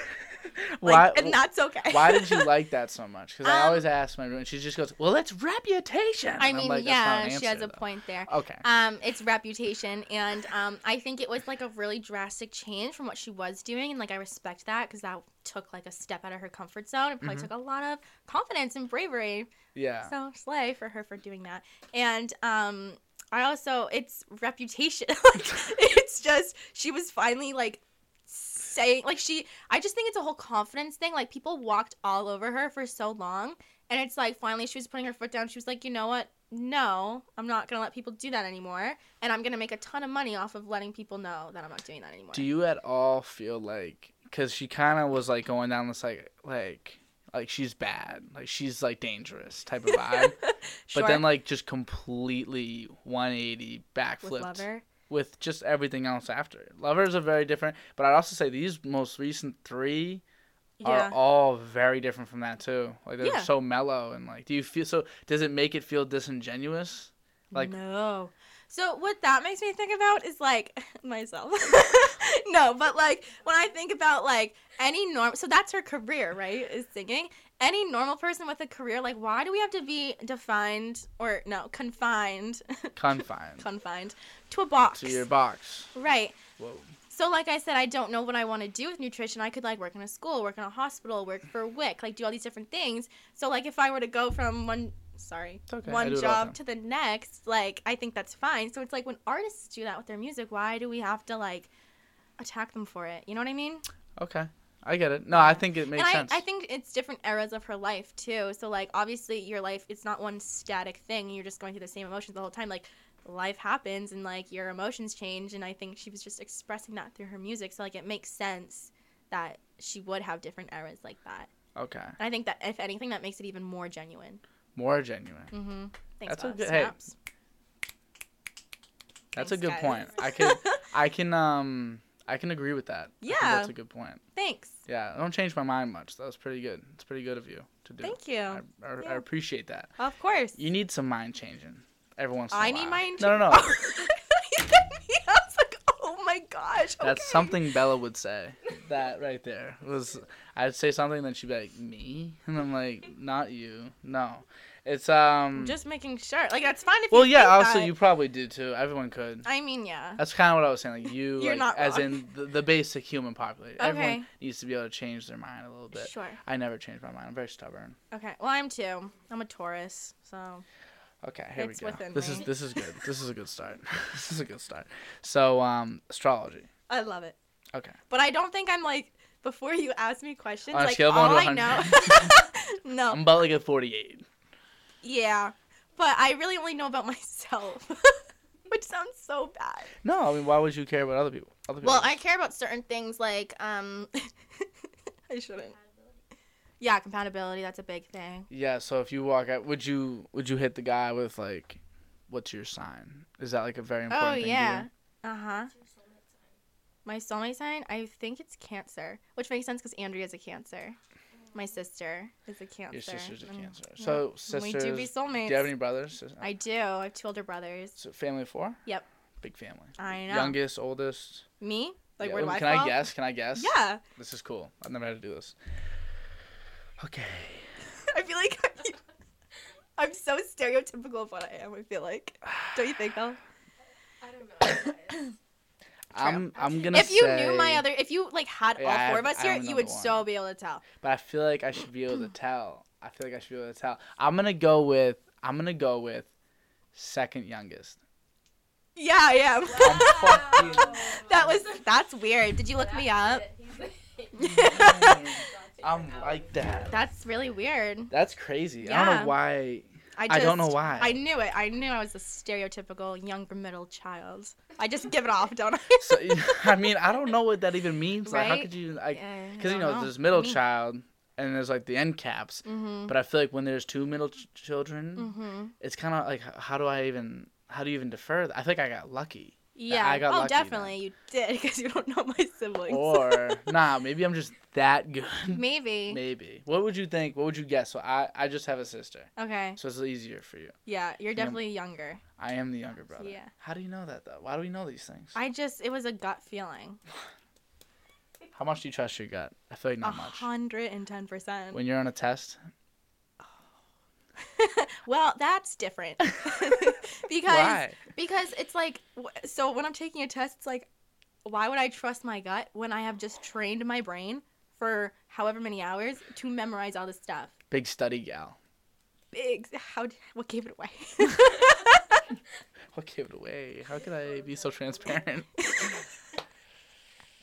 A: why?
B: and that's okay.
A: why did you like that so much? Because I
B: Um,
A: always ask my roommate. and She just goes, "Well, it's reputation."
B: I
A: And I'm
B: mean,
A: like, "That's not
B: yeah,
A: an
B: she has
A: answer,
B: a
A: though."
B: point there.
A: Okay.
B: Um, it's reputation, and um, I think it was like a really drastic change from what she was doing, and like I respect that because that took like a step out of her comfort zone. It probably
A: Mhm.
B: took a lot of confidence and bravery.
A: Yeah.
B: So slay for her for doing that. And um I also it's reputation. like it's just she was finally like saying like she I just think it's a whole confidence thing. Like people walked all over her for so long and it's like finally she was putting her foot down. She was like, "You know what? No, I'm not going to let people do that anymore and I'm going to make a ton of money off of letting people know that I'm not doing that anymore."
A: Do you at all feel like because she kind of was like going down this like like like she's bad, like she's like dangerous type of vibe, but then like just completely 180
B: with
A: backflipped with,
B: lover.
A: just everything else after. Lovers are very different, but I'd also say these most recent three
B: Yeah.
A: are all very different from that too. Like they're
B: Yeah.
A: so mellow and like do you feel so? Does it make it feel disingenuous? Like
B: no. So what that makes me think about is like myself. no, but like when I think about like any norm so that's her career, right? Is singing. Any normal person with a career like why do we have to be defined or no, confined,
A: confined
B: confined to a box?
A: to your box.
B: right.
A: Whoa.
B: So like I said I don't know what I want to do with nutrition. I could like work in a school, work in a hospital, work for WIC, like do all these different things. So like if I were to go from one sorry,
A: It's okay. I
B: one
A: do it all the
B: job
A: time.
B: to the next, like I think that's fine. So it's like when artists do that with their music, why do we have to like attack them for it? You know what I mean?
A: Okay. I get it. No, I think it makes
B: and I,
A: sense.
B: I think it's different eras of her life too. So like obviously your life it's not one static thing. You're just going through the same emotions the whole time. Like life happens and like your emotions change and I think she was just expressing that through her music. So like it makes sense that she would have different eras like that.
A: Okay.
B: And I think that if anything that makes it even more genuine.
A: More genuine.
B: Mhm. Thanks
A: Mm-hmm. That's
B: for
A: a
B: the
A: good- hey,
B: snaps.
A: That's a
B: Thanks,
A: good
B: guys.
A: point. I can I can um I can agree with that. I think
B: Yeah.
A: that's a good point.
B: Thanks.
A: Yeah. I don't change my mind much. That was pretty good. It's pretty good of you to do.
B: Thank you.
A: I, I, I
B: Yeah.
A: appreciate that.
B: of course.
A: You need some mind changing every once in a
B: I
A: while.
B: need mine.
A: No, no, no.
B: Oh. You did me. I was like, oh my gosh.
A: That's
B: okay.
A: something Bella would say. That right there was I'd say something, then she'd be like, "Me," and I'm like, "Not you." No, it's um.
B: I'm just making sure. Like that's fine if
A: well,
B: you
A: yeah.
B: think
A: Also,
B: that.
A: you probably do too. Everyone could.
B: I mean, yeah.
A: That's kind of what I was saying. Like you,
B: You're
A: like,
B: not
A: as
B: wrong.
A: in the, the basic human population.
B: Okay.
A: Everyone needs to be able to change their mind a little bit.
B: Sure.
A: I never change my mind. I'm very stubborn.
B: Okay. Well, I'm too. I'm a Taurus, so
A: Okay, here
B: It's
A: we go.
B: within
A: This
B: me.
A: is this is good. This is a good start. this is a good start. So, um, astrology.
B: I love it.
A: Okay.
B: But I don't think I'm like before you ask me questions.
A: On a
B: like
A: scale of one
B: all
A: to
B: I know. no.
A: I'm about like a 48.
B: yeah. But I really only know about myself, which sounds so bad.
A: No, I mean, why would you care about other people? Other people.
B: Well, I care about certain things like um. I shouldn't. Yeah, compatibility. That's a big thing.
A: Yeah. So if you walk out, would you would you hit the guy with like, what's your sign? Is that like a very important
B: Oh
A: thing? to
B: yeah.
A: you?
B: Uh huh.
C: What's your soulmate sign?
B: My soulmate sign, I think it's Cancer, which makes sense because Andrea's a Cancer. My sister is a Cancer.
A: Your sister's a
B: Mm.
A: cancer.
B: yeah.
A: So
B: We
A: sisters.
B: do
A: Do,
B: be soulmates.
A: you have any brothers? Sis-
B: I do. I have two older brothers.
A: So family of four.
B: Yep.
A: Big family.
B: I know.
A: Youngest, oldest.
B: Me? Like
A: Yeah,
B: where do
A: ooh,
B: I
A: Can
B: fall?
A: I guess? Can I guess?
B: Yeah.
A: This is cool. I've never had to do this. Okay.
B: I feel like I'm, I'm so stereotypical of what I am. I feel like. Don't you think though?
C: I don't know. guys.
A: I'm I'm gonna
B: If you
A: say,
B: knew my other, if you like had
A: Yeah, I
B: all four of
A: have-
B: us
A: I
B: here,
A: only
B: you
A: know
B: would
A: the
B: so
A: one.
B: be able to tell.
A: but I feel like I should be able to tell. I feel like I should be able to tell. I'm gonna go with I'm gonna go with second youngest.
B: Yeah, I am.
A: I'm fucking-
B: that was that's weird. Did you look me up?
A: I'm like that.
B: That's really weird.
A: That's crazy. I don't
B: Yeah.
A: know why.
B: I,
A: I don't know
B: just-
A: why.
B: I knew it. I knew I was a stereotypical younger middle child. I just give it off, don't I?
A: So, I mean, I don't know what that even means. Like, how
B: Right?
A: could you like?
B: Yeah, I
A: Because you
B: don't
A: know,
B: know.
A: there's middle
B: Me.
A: child, and there's like the end caps.
B: Mhm.
A: But I feel like when there's two middle ch- children,
B: Mhm.
A: it's kind of like h- how do I even how do you even defer that? I think I got lucky.
B: Yeah.
A: I got
B: oh,
A: lucky then.
B: definitely you did because you don't know my siblings.
A: Or nah, maybe I'm just that good.
B: Maybe.
A: maybe. What would you think? What would you guess? So I I just have a sister.
B: Okay.
A: So it's easier for you.
B: Yeah, you're
A: Yeah.
B: definitely younger.
A: I am the younger brother.
B: Yeah.
A: How do you know that though? Why do we know these things?
B: I just it was a gut feeling.
A: How much do you trust your gut? I feel like not much.
B: hundred and ten percent.
A: When you're on a test,
B: Well, that's different because
A: why?
B: because it's like w- so when I'm taking a test, it's like why would I trust my gut when I have just trained my brain for however many hours to memorize all this stuff?
A: Big study gal.
B: Big, how d- what gave it away?
A: What gave it away? How could I be so transparent?
C: She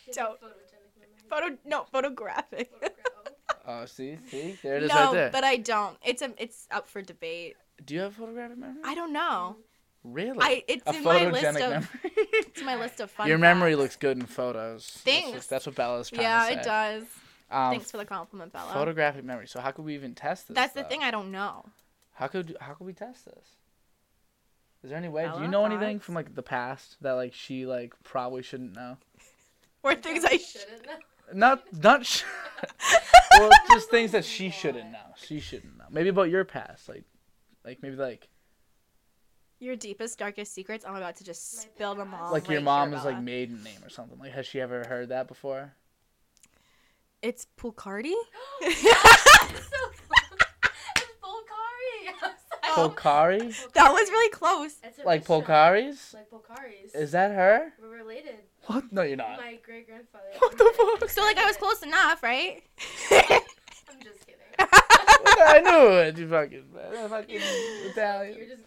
C: has
B: Don't.
C: a photogenic memory.
B: Photo no photographic.
C: Photograph.
A: Oh, see, see, there it is
B: no,
A: right there.
B: but I don't. It's a, it's up for debate.
A: Do you have photographic memory?
B: I don't know.
A: really?
B: I it's
A: a
B: in my list of
A: photogenic memory.
B: it's my list of fun.
A: Your memory
B: facts.
A: looks good in photos. That's
B: Thanks.
A: just- That's, what Bella's trying
B: Yeah,
A: to say.
B: it does.
A: Um,
B: Thanks for the compliment, Bella.
A: Photographic memory. So how could we even test this?
B: That's the
A: though?
B: thing I don't know.
A: How could how could we test this? Is there any way? Do
B: Bella,
A: you know anything
B: thoughts?
A: from like the past that like she like probably shouldn't know?
B: Or things I should.
C: shouldn't know.
A: Not not. Sh- well, just things that she shouldn't know. She shouldn't know. Maybe about your past, like, like maybe like
B: Your deepest, darkest secrets. I'm about to just spill them all.
A: like
B: right
A: your
B: here,
A: mom is
B: Oh, Bella.
A: like maiden name or something. Like, has she ever heard that before?
B: It's Pulcardi.
C: It's so close. It's Polkari. I'm sorry.
B: Oh.
A: Polkari,
B: That was really close.
C: It's a
A: like
C: restaurant.
A: Polkari's.
C: Like Polkari's.
A: Is that her?
C: We're related.
A: What? No, you're not.
C: My great grandfather.
A: What the fuck?
B: So like I was close enough, right?
C: I'm just kidding.
A: I knew it. You fucking, fucking Italian.
C: You're just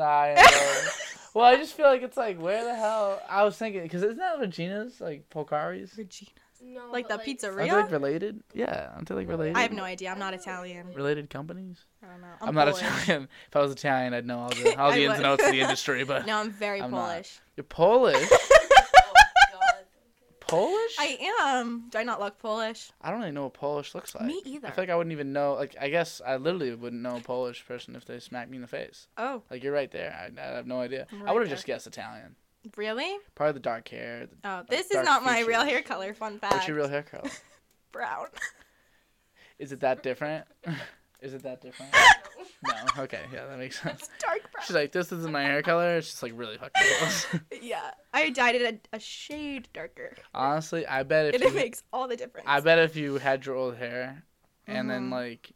A: I know. well, I just feel like it's like where the hell I was thinking because isn't that Regina's like Polcari's?
B: Regina.
C: No,
B: Like
C: but,
B: that pizzeria?
A: Aren't they like related? Yeah, aren't they like related?
B: I have no idea. I'm not Italian.
A: related companies.
B: I don't know.
A: I'm,
B: I'm,
A: not
B: Polish.
A: Italian. If I was Italian, I'd know all the all
B: I
A: the ins and
B: would.
A: outs of the industry. But
B: No, I'm very
A: I'm not.
B: Polish.
A: you're Polish.
C: Oh, God.
A: Polish? I,
B: I am. Do I not look Polish?
A: don't even know what Polish looks like.
B: Me either.
A: I feel like I wouldn't even know. Like I guess I literally wouldn't know a Polish person if they smacked me in the face.
B: Oh,
A: Like you're right there. I, I have no idea.
B: I'm
A: I
B: right
A: would have
B: there.
A: just guessed Italian.
B: really?
A: Probably the dark hair. The,
B: Oh, this is
A: dark
B: not my real
A: features.
B: hair color. Fun fact.
A: what's your real hair color?
B: Brown.
A: Is it that different? is it that different?
C: No.
A: No. Okay. Yeah, that makes sense.
B: it's dark brown.
A: She's like, this isn't my hair color. It's just like really fucking close.
B: Yeah, I dyed it a, a shade darker,
A: Honestly, I bet
B: and
A: if
B: it
A: you,
B: makes all the difference.
A: I bet if you had your old hair, and then
B: Mhm.
A: like,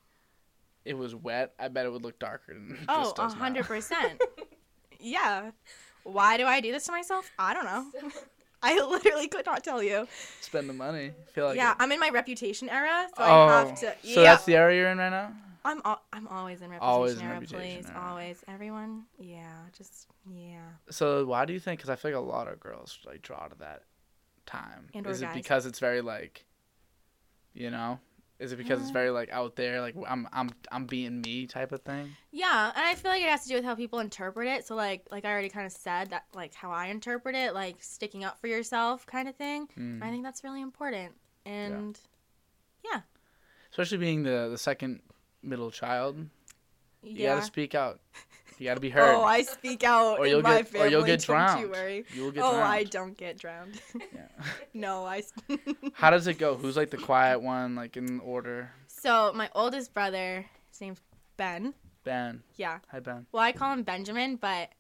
A: it was wet, I bet it would look darker than. it
B: Oh,
A: just
B: a
A: does now.
B: hundred percent. Yeah. Why do I do this to myself? I don't know. I literally could not tell you.
A: Spend the money. Feel like.
B: yeah,
A: it.
B: I'm in my reputation era, so
A: oh,
B: I have to.
A: so
B: yeah,
A: that's the area you're in right now.
B: I'm al- I'm always in reputation
A: Always in
B: era,
A: reputation
B: please.
A: era.
B: Always, everyone. Yeah, just yeah.
A: So why do you think? Because I feel like a lot of girls like draw to that time.
B: And or
A: is it
B: guys.
A: because it's very like, you know, is it because it's
B: Uh.
A: very like out there, like I'm I'm I'm being me type of thing?
B: Yeah, and I feel like it has to do with how people interpret it. So like like I already kind of said that like how I interpret it, like sticking up for yourself kind of thing.
A: Mm.
B: I think that's really important. And
A: Especially being the the second middle child,
B: yeah.
A: you gotta speak out. You gotta be heard.
B: Oh, I speak out
A: Or
B: in
A: you'll
B: my
A: get-
B: family.
A: or you'll get
B: don't you
A: drowned.
B: worry.
A: you will get
B: oh,
A: drowned.
B: I don't get drowned.
A: Yeah.
B: no, I. s-
A: How does it go? Who's like the quiet one, like in order?
B: so my oldest brother, his name's Ben.
A: Ben.
B: Yeah.
A: Hi Ben.
B: Well, I call him Benjamin, but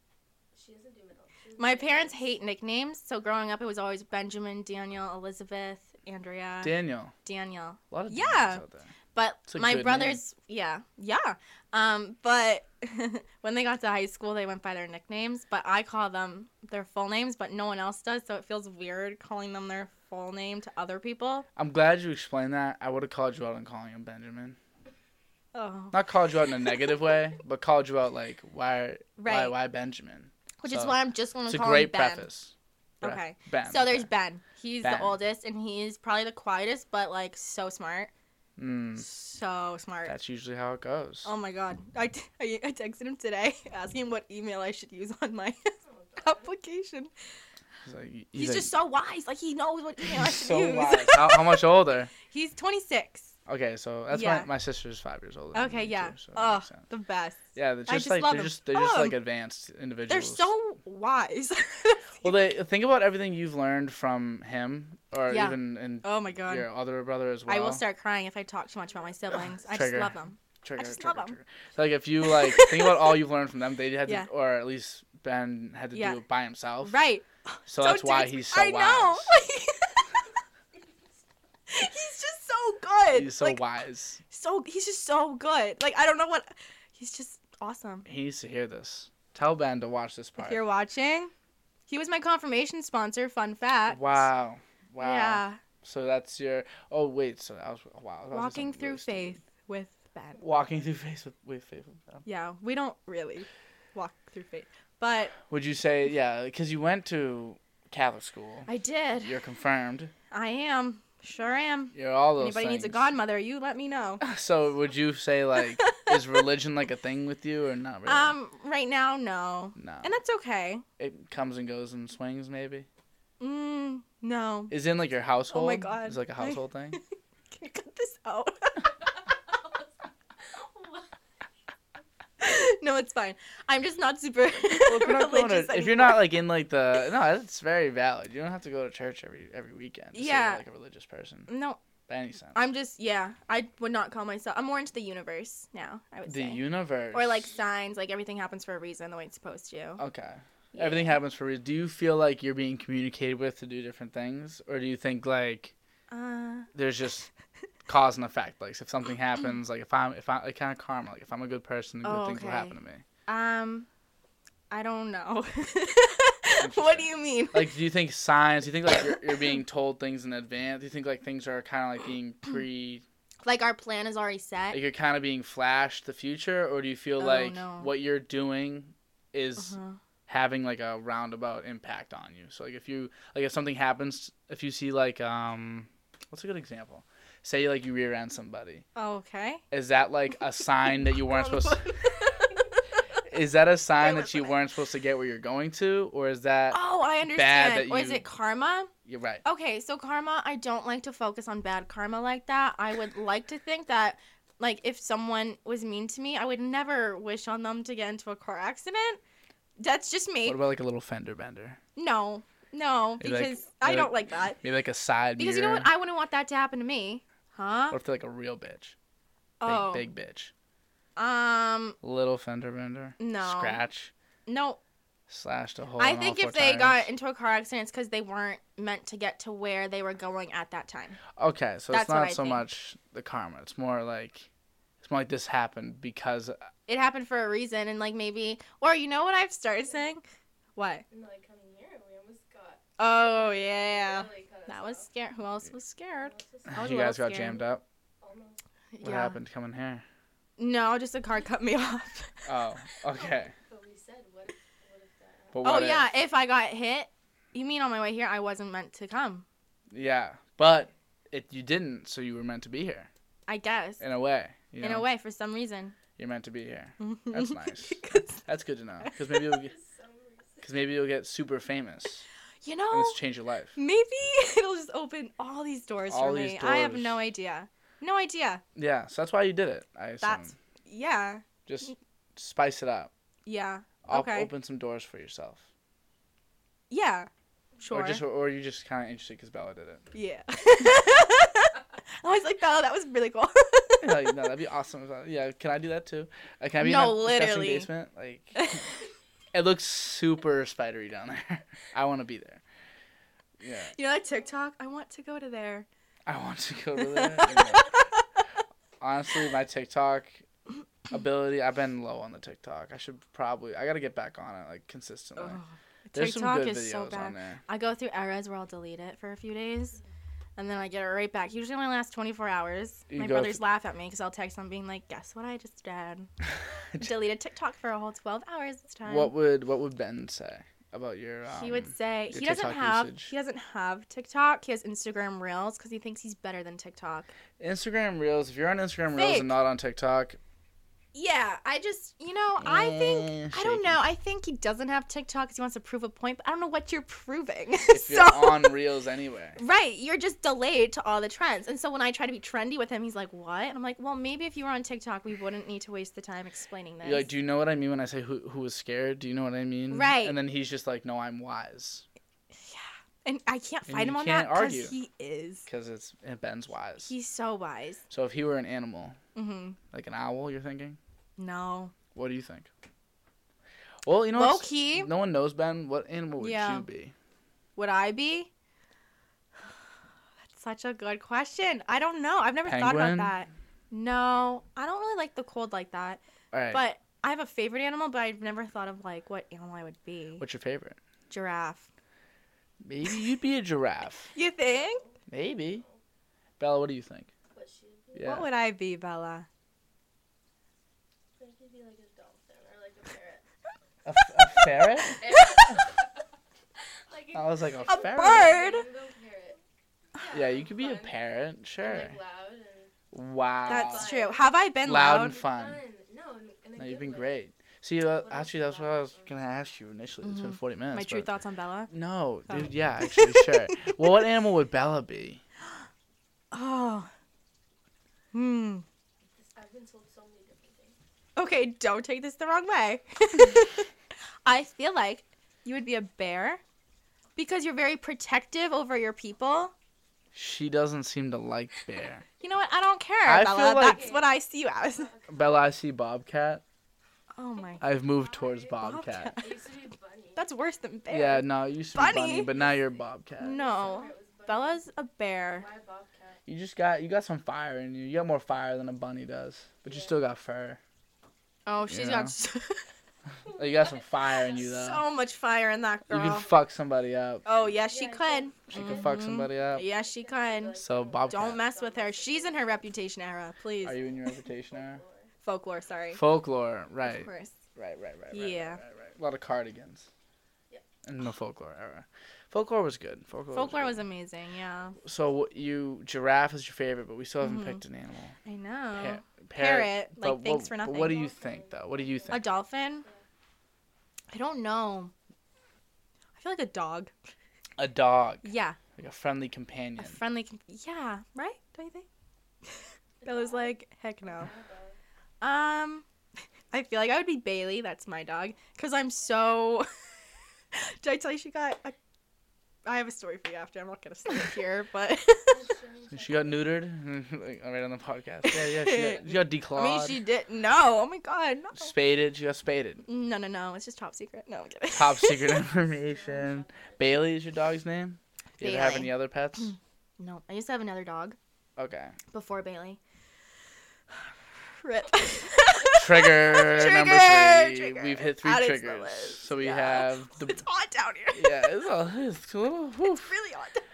C: She doesn't do middle. She doesn't
B: my
C: do
B: parents
C: middle.
B: hate nicknames. So growing up, it was always Benjamin, Daniel, Elizabeth, Andrea,
A: Daniel.
B: Daniel.
A: A lot of
B: Uh. yeah.
A: Daniels out there.
B: But
A: It's a
B: my
A: good
B: brothers, yeah, yeah. Um, but when they got to high school, they went by their nicknames. But I call them their full names, but no one else does. So it feels weird calling them their full name to other people.
A: I'm glad you explained that. I would have called you out on calling him Benjamin.
B: Oh,
A: Not called you out in a negative way, but called you out like why why
B: Right.
A: why Benjamen?
B: which is
A: So,
B: why I'm just going
A: It's
B: to
A: a
B: call
A: great
B: him Ben.
A: preface. Bre-
B: Okay.
A: Ben.
B: So there's Ben. He's
A: Ben.
B: the oldest, and he's probably the quietest, but like so smart,
A: Mm,
B: so smart.
A: that's usually how it goes.
B: Oh my god. I, t- I I texted him today asking him what email I should use on my
C: Oh, God.
B: application.
A: He's, like, he's,
B: He's,
A: like,
B: just so wise. Like he knows what email I
A: he's
B: should
A: so
B: use.
A: wise. how, how much older?
B: He's 26.
A: Okay, so that's
B: Yeah.
A: my my sister's five years older. than
B: Okay,
A: me,
B: yeah.
A: too, so it
B: Oh,
A: makes sense.
B: the best.
A: yeah. They're
B: I
A: just,
B: just
A: like
B: love
A: they're
B: him.
A: just they're just
B: Oh,
A: like advanced individuals.
B: They're so wise.
A: well. They think about everything you've learned from him, or
B: Yeah.
A: even in
B: oh my god.
A: your other brother as well.
B: I will start crying if I talk too much about my siblings. I just
A: Trigger.
B: love them.
A: trigger,
B: just
A: trigger,
B: love 'em.
A: trigger. So, like if you like think about all you've learned from them, they had
B: Yeah.
A: to, or at least Ben had to
B: Yeah.
A: do it by himself.
B: Right.
A: So Oh. that's why
B: different.
A: he's so
B: I know.
A: wise.
B: he's just so good.
A: He's so
B: like,
A: wise.
B: So he's just so good. Like I don't know what. He's just awesome.
A: He needs to hear this. Tell Ben to watch this part.
B: If you're watching, he was my confirmation sponsor. Fun fact.
A: Wow. Wow.
B: Yeah.
A: So that's your. Oh wait. So I was. Wow. I was gonna say
B: Walking
A: something really
B: through
A: stupid.
B: faith with Ben.
A: Walking through faith with, with faith. With Ben.
B: Yeah, we don't really walk through faith, but
A: Would you say yeah? Because you went to Catholic school.
B: I did.
A: You're confirmed.
B: I am. Sure am.
A: You're all those.
B: Anybody needs a
A: things.
B: godmother, you let me know.
A: So would you say like is religion like a thing with you or not really?
B: Um, right now, no.
A: no.
B: And that's okay.
A: it comes and goes and swings maybe.
B: Mm, no.
A: Is in like your household?
B: Oh God.
A: Is like a
B: I-
A: household thing?
B: Can you cut this out? no, it's fine. I'm just not super
A: Well, if you're not, going to-
B: religious
A: if you're
B: anymore.
A: not like in like the no, that's very valid. You don't have to go to church every every weekend. to say you're,
B: Yeah.
A: like a religious person
B: No,
A: by any sense.
B: I'm just yeah. I would not call myself. I'm more into the universe now. I would
A: the
B: say.
A: universe.
B: or like signs, like everything happens for a reason, the way it's supposed to.
A: Okay. Everything happens for a reason. Do you feel like you're being communicated with to do different things, or do you think like
B: Uh,
A: there's just cause and effect? Like if something happens, like if I'm if I like kind of karma. Like if I'm a good person, good
B: Oh,
A: things will
B: okay.
A: happen to me.
B: um, I don't know. what do you mean?
A: Like do you think signs? Do you think like you're, you're being told things in advance? Do you think like things are kind of like being pre?
B: Like our plan is already set.
A: Like you're kind of being flashed the future, or do you feel
B: Oh,
A: like
B: no.
A: what you're doing is
B: Uh-huh.
A: having like a roundabout impact on you. So like if you like if something happens, if you see like um, what's a good example? Say like you rear end somebody.
B: Oh, okay.
A: Is that like a sign that you weren't supposed? to... Is
B: Is
A: that a sign
B: Wait,
A: that
B: wait,
A: you
B: wait.
A: weren't supposed to get where you're going to, or is that
B: Oh, I
A: that
B: understand. Or is
A: you-
B: it karma?
A: you're right?
B: Okay, so karma, I don't like to focus on bad karma like that. I would like to think that, like, if someone was mean to me, I would never wish on them to get into a car accident. That's just me.
A: What about like a little fender bender?
B: No, no,
A: You're like-
B: because I
A: you're
B: don't like that.
A: Maybe like a side
B: Because you
A: mirror.
B: know what? I wouldn't want that to happen to me, huh?
A: What if they're like a real bitch? Big,
B: oh,
A: big bitch.
B: um,
A: Little fender bender.
B: No.
A: Scratch.
B: no.
A: Slashed a hole.
B: I
A: in all
B: think
A: four
B: if they
A: tires.
B: got into a car accident, it's because they weren't meant to get to where they were going at that time.
A: Okay, so
B: That's
A: it's
B: what
A: not
B: I
A: so
B: think.
A: much the karma. It's more like it's more like this happened because
B: It happened for a reason, and like maybe, or you know what I've started saying? What?
C: In the like coming year, we almost got.
B: Oh yeah,
C: really cut us
B: that was
C: off.
B: scared. Who else was scared?
C: That was
B: I was
A: you
B: a little
A: guys got
B: scared.
A: jammed up.
C: almost-
A: What happened coming here?
B: No, just a car cut me off.
A: Oh, okay.
C: But we said, what if, what if that happened?
A: But
B: oh
A: what if-
B: yeah, if I got hit, you mean on my way here I wasn't meant to come?
A: yeah. But it you didn't, so you were meant to be here
B: I guess.
A: in a way. You
B: In
A: know?
B: a way, for some reason.
A: you're meant to be here. That's nice.
B: Because-
A: That's good to know because maybe you'll get,
C: For some reason.
A: cause maybe you'll get super famous
B: you
A: and
B: know,
A: it's changed your life.
B: maybe it'll just open all these doors
A: All
B: for
A: these
B: me. I have
A: doors.
B: no idea. No idea.
A: Yeah, so that's why you did it. I assume
B: That's yeah,
A: just spice it up.
B: yeah,
A: Op-
B: Okay.
A: Open some doors for yourself.
B: yeah. Sure.
A: Or just or you just kind of interested because Bella did it.
B: Yeah. I was like, oh, that was really cool.
A: like, no, that'd be awesome. If I- yeah, can I do that too? Like, can I be
B: No,
A: in that disgusting
B: literally.
A: basement? Like, it looks super spidery down there. I want to be there. Yeah,
B: You know that TikTok? I want to go to there.
A: I want to go to there. Yeah. Honestly, my TikTok ability, I've been low on the TikTok. I should probably, I gotta get back on it like consistently.
B: Ugh.
A: There's
B: TikTok
A: some good
B: is
A: videos
B: so
A: on
B: bad.
A: there.
B: I go through eras where I'll delete it for a few days, and then I get it right back. Usually only lasts 24 hours.
A: You
B: My
A: go
B: brothers
A: th-
B: laugh at me because I'll text them being like, "Guess what I just did? Deleted TikTok for a whole 12 hours this time."
A: What would what would Ben say about your? Um,
B: he would say
A: your
B: he doesn't
A: TikTok
B: have
A: usage.
B: he doesn't have TikTok. He has Instagram Reels because he thinks he's better than TikTok.
A: Instagram Reels. If you're on Instagram Reels
B: Fake.
A: and not on TikTok,
B: Yeah, I just you know I think
A: eh,
B: I don't
A: shaky.
B: know. I think he doesn't have TikTok because he wants to prove a point, but I don't know what you're proving.
A: If
B: so
A: you're on Reels anyway.
B: Right, you're just delayed to all the trends. And so when I try to be trendy with him, he's like, "What?" And I'm like, "Well, maybe if you were on TikTok, we wouldn't need to waste the time explaining this."
A: You're like, do you know what I mean when I say who who was scared? Do you know what I mean?
B: Right.
A: And then he's just like, no, I'm wise
B: and I can't
A: And
B: fight
A: you
B: him on
A: can't
B: that because
A: argue.
B: he is.
A: because it's and Ben's wise.
B: He's so wise.
A: so if he were an animal,
B: hmm
A: like an owl, you're thinking,
B: No,
A: what do you think? Well, you know,
B: low
A: what's-
B: key,
A: no one knows Ben. What animal would
B: Yeah.
A: you be?
B: would I be? That's such a good question. I don't know. I've never thought about
A: Penguin?
B: that. No, I don't really like the cold like that.
A: All right.
B: But I have a favorite animal, but I've never thought of like what animal I would be.
A: What's your favorite?
B: Giraffe.
A: Maybe you'd be a giraffe.
B: You think?
A: Maybe. Bella, what do you think?
C: But she'd be,
A: Yeah.
B: What would I be, Bella?
C: I think it'd be like a dolphin or like a
A: A,
C: parrot.
A: f- a ferret?
C: like
A: I was like a,
B: A
A: ferret.
B: bird.
C: rainbow parrot.
A: Yeah, you could be a
C: fun.
A: parrot. Sure.
C: And, like loud and
A: wow.
B: That's
C: Loud.
B: true. Have I been
A: Loud
B: loud?
A: and fun.
C: No, in, in a
A: No,
C: good
A: you've been
C: way.
A: great. See, uh,
C: What else
A: actually,
C: is
A: that's what I
C: that?
A: was gonna ask you initially. It's been
B: Mhm.
A: forty minutes.
B: My true
A: but-
B: thoughts on Bella.
A: No,
B: Oh.
A: dude. Yeah, actually, sure. well, what animal would Bella be?
B: Oh. Hmm.
C: I've been told so many different things.
B: Okay, don't take this the wrong way. I feel like you would be a bear because you're very protective over your people.
A: She doesn't seem to like bear.
B: You know what? I don't care,
A: I
B: Bella.
A: feel like-
B: That's what I see you as.
A: Bella, I see bobcat.
B: Oh my.
A: I've moved towards
B: Bobcat.
A: bobcat.
C: I used to be bunny.
B: That's worse than bear.
A: Yeah, no, you used to be bunny.
B: Bunny.
A: but now you're bobcat.
B: No.
C: It was bunny.
B: Bella's a bear.
C: My bobcat.
A: You just got you got some fire in you. You got more fire than a bunny does, but you
C: Yeah.
A: still got fur.
B: Oh, she's
A: Yeah.
B: got so,
A: You got some fire in you though.
B: so much fire in that
A: you
B: girl.
A: could fuck somebody up.
B: oh, yes, she
C: Yeah, I
B: could.
A: She could fuck
B: Mhm.
A: somebody up.
B: Yes, she could.
A: So bobcat.
B: Don't mess with her. She's in her reputation era. Please.
A: Are you in your reputation era?
B: Folklore, sorry.
A: Folklore, right,
B: Of course.
A: right, right, right, right.
B: Yeah.
A: right, right, right. A lot of cardigans.
C: Yeah.
A: In the folklore era, folklore was good. Folklore.
B: Folklore
A: was.
B: was amazing, yeah.
A: good. So what you giraffe is your favorite, but we still haven't
B: Mhm.
A: picked an animal.
B: I
A: Pa-
B: know. Um, Parrot, like,
A: but
B: thanks
A: what,
B: for
A: But
B: nothing.
A: what do you think though? What do you
B: A
A: think?
B: dolphin? I don't know. I feel like a dog.
A: A dog,
B: Yeah.
A: like a friendly
B: A
A: companion.
B: friendly. Com- yeah, right? Don't you think? Bella's like, heck no. Um, I feel like I would be Bailey. That's my dog. Cause I'm so. Did I tell you she got? A... I have a story for you after. I'm not gonna say it here, but
A: She got neutered like, right on the podcast. Yeah, yeah. She got, she got declawed.
B: I mean she did. No, oh my god, no.
A: spaded. She got spaded.
B: No, no, no. It's just top secret. No, I'm kidding.
A: Top secret information. Bailey is your dog's name. Do you ever have
B: Bailey. Mm.
A: any other pets?
B: no, I used to have another dog
A: Okay.
B: before Bailey. Rip.
A: Trigger, number
B: Trigger,
A: three.
B: trigger.
A: We've hit three
B: Added to the
A: triggers.
B: list,
A: So we
B: yeah.
A: have the
B: it's hot down here.
A: yeah. It's a, it's a little
B: It's
A: woof.
B: really hot. Down.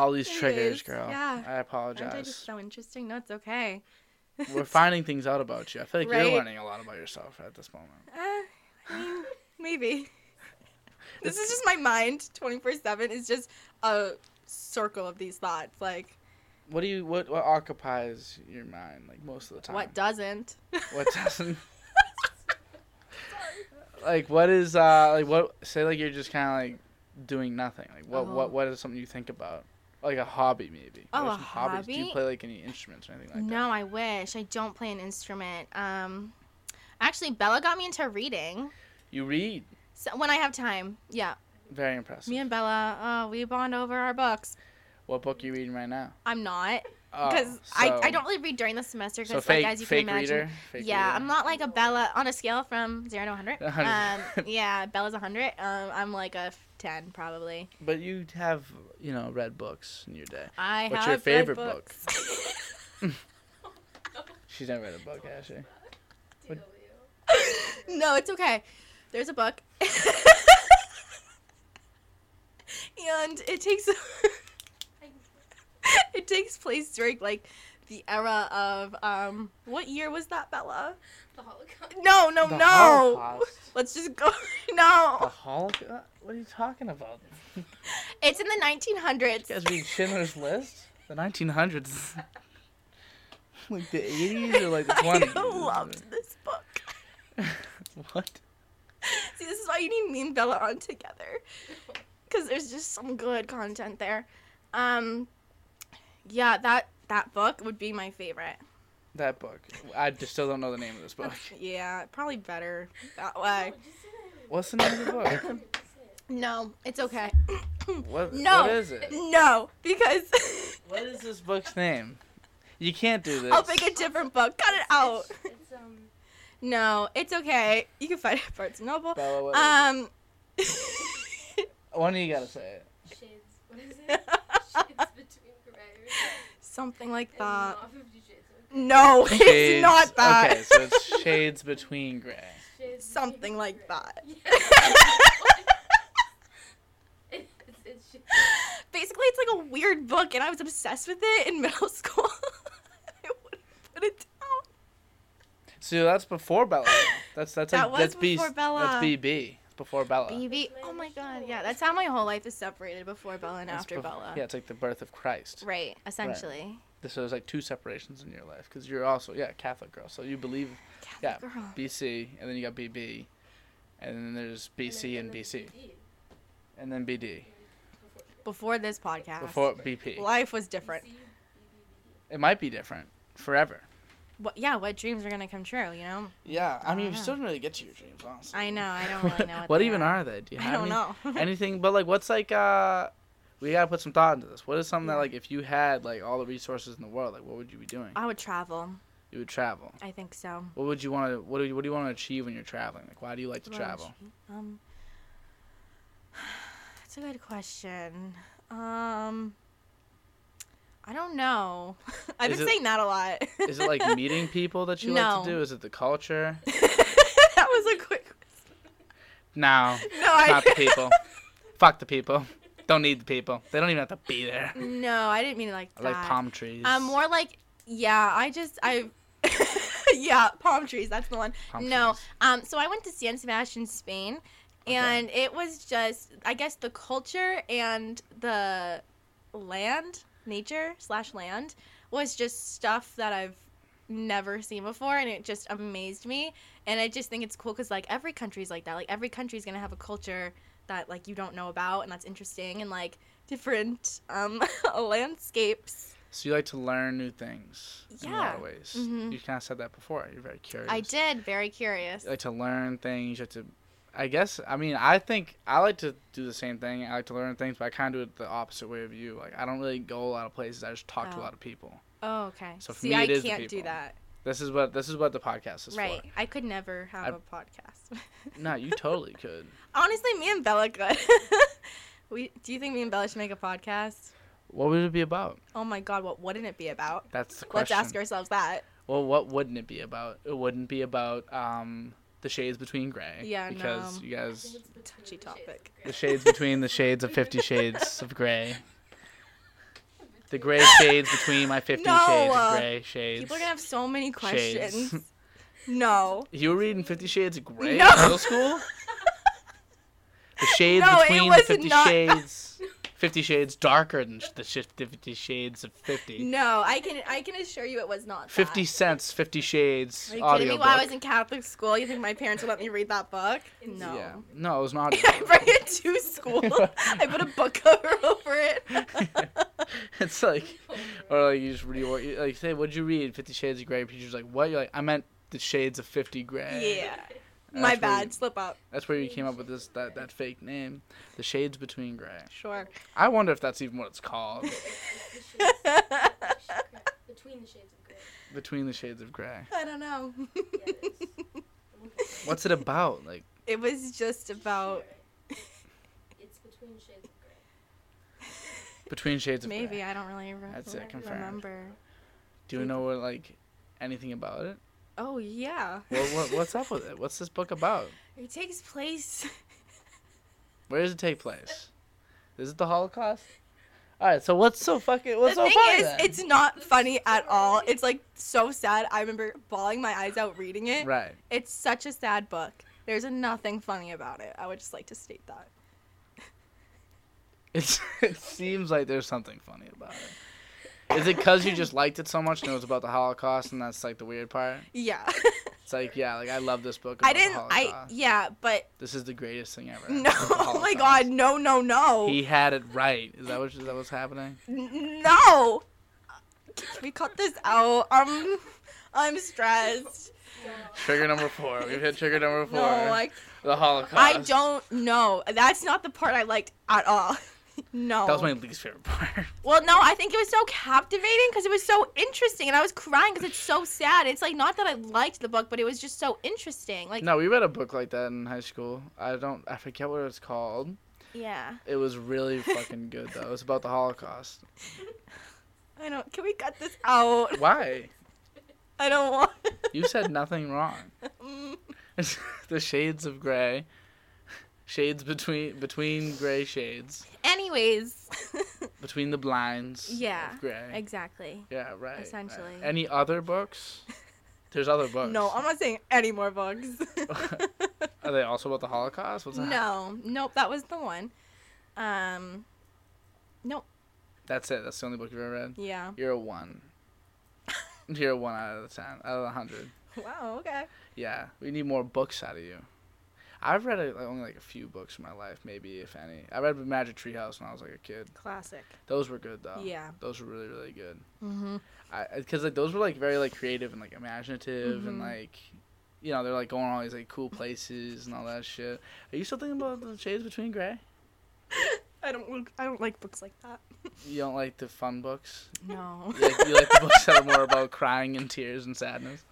A: all these
B: It
A: triggers,
B: is,
A: girl.
B: yeah.
A: I
B: Aren't I
A: apologize.
B: just so interesting? No, it's okay.
A: We're finding things out about you. I feel like
B: Right.
A: you're learning a lot about yourself at this moment.
B: Uh, I mean, maybe. This is just my mind. Twenty four seven is just a circle of these thoughts. Like
A: What do you what what occupies your mind like most of the time?
B: what doesn't?
A: what doesn't like what is uh like what say like you're just kind of like doing nothing like what
B: Oh.
A: what what is something you think about like a hobby maybe
B: Oh,
A: What are
B: a
A: some hobbies do you
B: hobby?
A: play like any instruments or anything like
B: no, I wish I don't play an instrument. Um, actually, Bella got me into reading.
A: that you read
B: So when I have time, yeah.
A: very impressive
B: Me and Bella, uh, we bond over our books.
A: what book are you reading right now
B: I'm not
A: Oh,
B: because I, I
A: so-
B: don't really read during the semester
A: so
B: because
A: fake
B: like as you
A: fake
B: can imagine,
A: reader fake
B: yeah,
A: reader.
B: I'm not like a Bella on a scale from zero to 100.
A: A hundred.
B: Um, yeah, Bella's 100. Um, I'm like a 10 probably.
A: but you have you know read books in your day
B: I
A: What's
B: have
A: your
B: read
A: favorite book?
B: books.
A: she's never read a book actually What-
B: no, it's okay. There's a book, and it takes it takes place during like the era of um what year was that Bella?
C: The Holocaust.
B: No, no,
A: the
B: no.
A: Holocaust. Oh.
B: Let's just go.
A: the
B: No,
A: Holocaust what are you talking about
B: it's in the 1900s.
A: You guys read Schindler's List? The 1900s. like the 80s or like the 20s?
B: I loved this book.
A: what?
B: See, this is why you need me and Bella on together. Because there's just some good content there. Um, yeah, that that book would be my favorite.
A: That book. I just still don't know the name of this book.
B: Yeah, probably better that way.
A: What's the name of the book?
B: No, it's okay.
A: What,
B: No.
A: what is it?
B: No, because
A: What is this book's name? You can't do this.
B: I'll pick a different book. Cut it out.
C: It's um.
B: No, it's okay. You can find it at Barnes and Noble.
A: Bella, what is
B: Um,
A: it? One of you gotta say it.
C: Shades. What is it? shades between gray
B: Something like
C: and
B: that.
C: not Fifty Shades of Grey.
B: No, it's
A: Shades-
B: not that.
A: Okay, so it's shades between gray.
C: Shades
B: Something
C: between
B: like
C: gray.
B: that.
C: Yeah. it's, it's shades.
B: Basically, it's like a weird book, and I was obsessed with it in middle school. I wouldn't put it down.
A: So that's before Bella. That's that's
B: That
A: like
B: was
A: that's B.
B: before Bella.
A: That's BB. It's Before Bella.
B: Baby,
C: That's my
B: oh my
C: initial
B: god,
C: one.
B: yeah, that's how my whole life is separated before Bella and
A: It's
B: after
A: bef-
B: Bella.
A: Yeah, it's like the birth of Christ.
B: Right, essentially.
A: So there's like two separations in your life because you're also yeah Catholic girl. So you believe
B: Catholic girl.
A: BC and then you got BB, and then there's BC and,
C: then
A: BC
C: BD.
A: and then BD
B: Before this podcast,
A: before BP.
B: life was different.
C: BC,
A: It might be different forever.
B: What, yeah, what dreams are gonna come true, you know?
A: Yeah, I mean, you
B: Yeah.
A: still don't really get to your dreams, honestly.
B: I know, I don't really know what
A: what
B: they
A: even
B: are.
A: are. they? Do you
B: I
A: have
B: don't
A: any-
B: know.
A: anything but like what's like uh we gotta put some thought into this what is something
B: Yeah.
A: that like if you had like all the resources in the world like what would you be doing
B: I would travel.
A: you would travel
B: I think so.
A: what would you want to what do you, what do you want to achieve when you're traveling like why do you like to
B: What would
A: travel
B: you- Um, that's a good question. Um, I don't know. I've
A: Is
B: been
A: it-
B: saying that a lot.
A: is it like meeting people that you like to
B: No.
A: do is it the culture
B: that was a quick.
A: no
B: No, I.
A: not the people fuck the people don't need the people they don't even have to be there
B: No, I didn't mean it like
A: I
B: that.
A: like palm trees
B: Um, more like yeah. I just I. yeah, palm trees. That's the one.
A: Palm
B: no.
A: trees.
B: Um, so I went to San Sebastian, Spain,
A: Okay.
B: and it was just I guess the culture and the land, nature slash land, was just stuff that I've never seen before and it just amazed me and i just think it's cool because like every country's like that like every country's gonna have a culture that like you don't know about and that's interesting and like different um landscapes
A: so you like to learn new things in a lot
B: Yeah.
A: of ways
B: Mhm.
A: you kind of said that before you're very curious
B: I did. Very curious.
A: you like to learn things. You have to, I guess. I mean, I think I like to do the same thing. I like to learn things, but I kind of do it the opposite way of you. Like I don't really go a lot of places. I just talk to
B: Oh.
A: a lot of people.
B: Oh, okay.
A: So for
B: See,
A: me,
B: I
A: it is the
B: can't do
A: people.
B: that.
A: This is what this is what the podcast is
B: Right. I could never have
A: I-
B: a podcast.
A: for. No, you totally could.
B: Honestly, me and Bella could. we. Do you think me and Bella should make a podcast?
A: What would it be about?
B: Oh my God, what wouldn't it be about?
A: That's the question.
B: Let's ask ourselves that.
A: Well, what wouldn't it be about? It wouldn't be about um the shades between gray.
B: Yeah,
A: Because
B: no.
A: you
C: I
A: guys,
C: think it's between
B: Touchy
C: the shades of
B: topic.
A: the
C: grey.
A: shades between the shades of Fifty Shades of Gray. The gray shades between my Fifty
B: No,
A: Shades
B: uh,
A: of Gray shades.
B: People are gonna have so many
A: Shades.
B: questions. No.
A: You were reading Fifty Shades of Grey
B: No.
A: in middle school? The shades
B: No, it
A: between the
B: was
A: Fifty
B: not-
A: Shades. Fifty Shades darker than sh- the sh- Fifty Shades of Fifty.
B: No, I can I can assure you it was not that.
A: Fifty cents, Fifty Shades
B: Are you kidding me?
A: audio
B: While I was in Catholic school, you think my parents would let me read that book?
C: It's-
B: No.
A: Yeah. No, it was not.
B: I bring it to school. I put a book cover over it.
A: it's like, or like you just read, what you- like say, what'd you read? Fifty Shades of Grey. Teacher's like, what? You're like, I meant the Shades of Fifty Grey.
B: yeah.
A: And
B: My
A: that's where you-
B: bad. Slip up.
A: that's where you came up with this that, that fake name, the Shades Between Grey.
B: Sure.
A: I wonder if that's even what it's called,
C: The shades of grey. Between the shades of grey.
A: Between the Shades of Grey.
B: I don't know.
C: Yeah, it is. I'm looking at
A: What's it about? Like.
B: it was just
C: it.
B: about
C: Sure. It's between shades of grey.
A: Between Shades of
B: maybe
A: Grey.
B: I don't really re-
A: That's it, confirmed.
B: remember.
A: Do you know what like anything about it?
B: Oh yeah.
A: What, what what's up with it? What's this book about?
B: It takes place.
A: Where does it take place? Is it the Holocaust? All right. So what's so fucking what's
B: the
A: so
B: thing
A: funny?
B: is,
A: then?
B: it's not funny at all. It's like so sad. I remember bawling my eyes out reading it.
A: right.
B: It's such a sad book. There's nothing funny about it. I would just like to state that.
A: It's, it seems like there's something funny about it. Is it because you just liked it so much and it was about the Holocaust and that's like the weird part?
B: Yeah.
A: It's like yeah, like I love this book. About
B: I didn't.
A: The
B: I
A: Holocaust.
B: yeah, but
A: This is the greatest thing ever.
B: no.
A: The
B: Oh my
A: Holocaust.
B: God. No. No. No.
A: He had it right. Is that what is that what's happening?
B: N- No. Can we cut this out? Um, I'm stressed.
A: Trigger number four. We've hit trigger number four.
B: No, I,
A: the Holocaust.
B: I don't know. That's not the part I liked at all. No.
A: That was my least favorite part.
B: Well, no, I think it was so captivating because it was so interesting, and I was crying because it's so sad. It's like not that I liked the book, but it was just so interesting. Like,
A: No, we read a book like that in high school. I don't, I forget what it's called,
B: Yeah.
A: It was really fucking good though. It was about the Holocaust.
B: I don't. Can we cut this out?
A: Why?
B: I don't want.
A: You said nothing wrong.
B: Mm.
A: the shades of gray, shades between between gray shades,
B: Anyways.
A: between the blinds.
B: Yeah,
A: Of gray.
B: exactly.
A: yeah. Right. right.
B: essentially.
A: Any other books? There's other books.
B: No, I'm not saying any more bugs.
A: Are they also about the Holocaust? What's that?
B: no, nope, that was the one. Um,
A: That's it. That's the only book you've ever read.
B: yeah.
A: You're a one. You're a one out of the ten, out of the hundred.
B: Wow. Okay.
A: Yeah, we need more books out of you. I've read a, only like a few books in my life, maybe if any. I read Magic Tree House when I was like a kid.
B: Classic.
A: Those were good though.
B: Yeah.
A: those were really really good.
B: Mm-hmm.
A: I because like those were like very like creative and like imaginative and
B: Mhm.
A: like, you know, they're like going all these like cool places and all that shit. Are you still thinking about the shades between gray?
B: I don't. look- I don't like books like that.
A: You don't like the fun books.
B: No.
A: You like, you like the books that are more about crying and tears and sadness.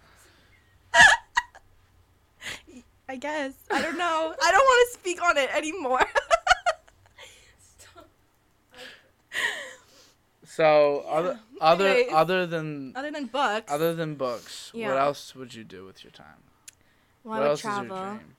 B: I guess. I don't know. I don't want to speak on it anymore.
C: Stop.
A: So other other
B: Anyways.
A: other than
B: Other than books.
A: other than books,
B: Yeah.
A: what else would you do with your time?
B: well, I
A: what
B: would
A: else
B: travel.
A: is your dream?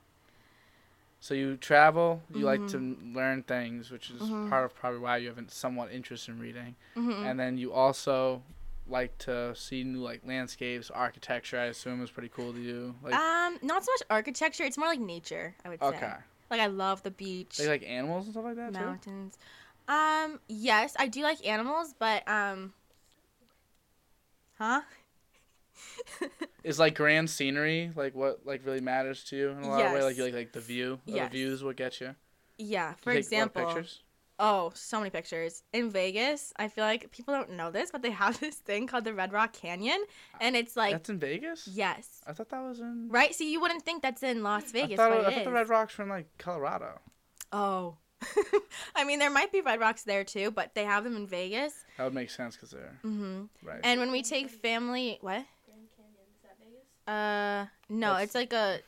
A: So you travel. You like to
B: Mhm.
A: m- learn things, which is
B: Mhm.
A: part of probably why you have a somewhat interest in reading.
B: Mhm.
A: And then you also like to see new like landscapes, architecture. I assume is pretty cool to you. Like
B: um, not so much architecture. It's more like nature. I would say.
A: okay,
B: Like I love the beach.
A: they like animals and stuff like that too.
B: mountains. Um, yes, I do like animals, but um Huh?
A: Is like grand scenery like what like really matters to you in a lot of ways? Like
B: Yes.
A: you like like the view. or
B: Yes.
A: The views will get you. Do
B: Yeah, for
A: you take a lot of
B: example.
A: pictures?
B: Oh, so many pictures. In Vegas, I feel like people don't know this, but they have this thing called the Red Rock Canyon and it's like
A: that's in Vegas.
B: yes.
A: I thought that was in.
B: Right? See, you wouldn't think that's in Las Vegas,
A: I thought, it- I
B: but it
A: thought the
B: is.
A: Red Rocks were in like Colorado.
B: oh. I mean, there might be Red Rocks there too, but they have them in Vegas.
A: That would make sense because they're
B: Mhm.
A: right.
B: And when we take family, what?
C: Grand Canyon. Is that Vegas?
B: Uh, no,
A: That's-
B: it's like a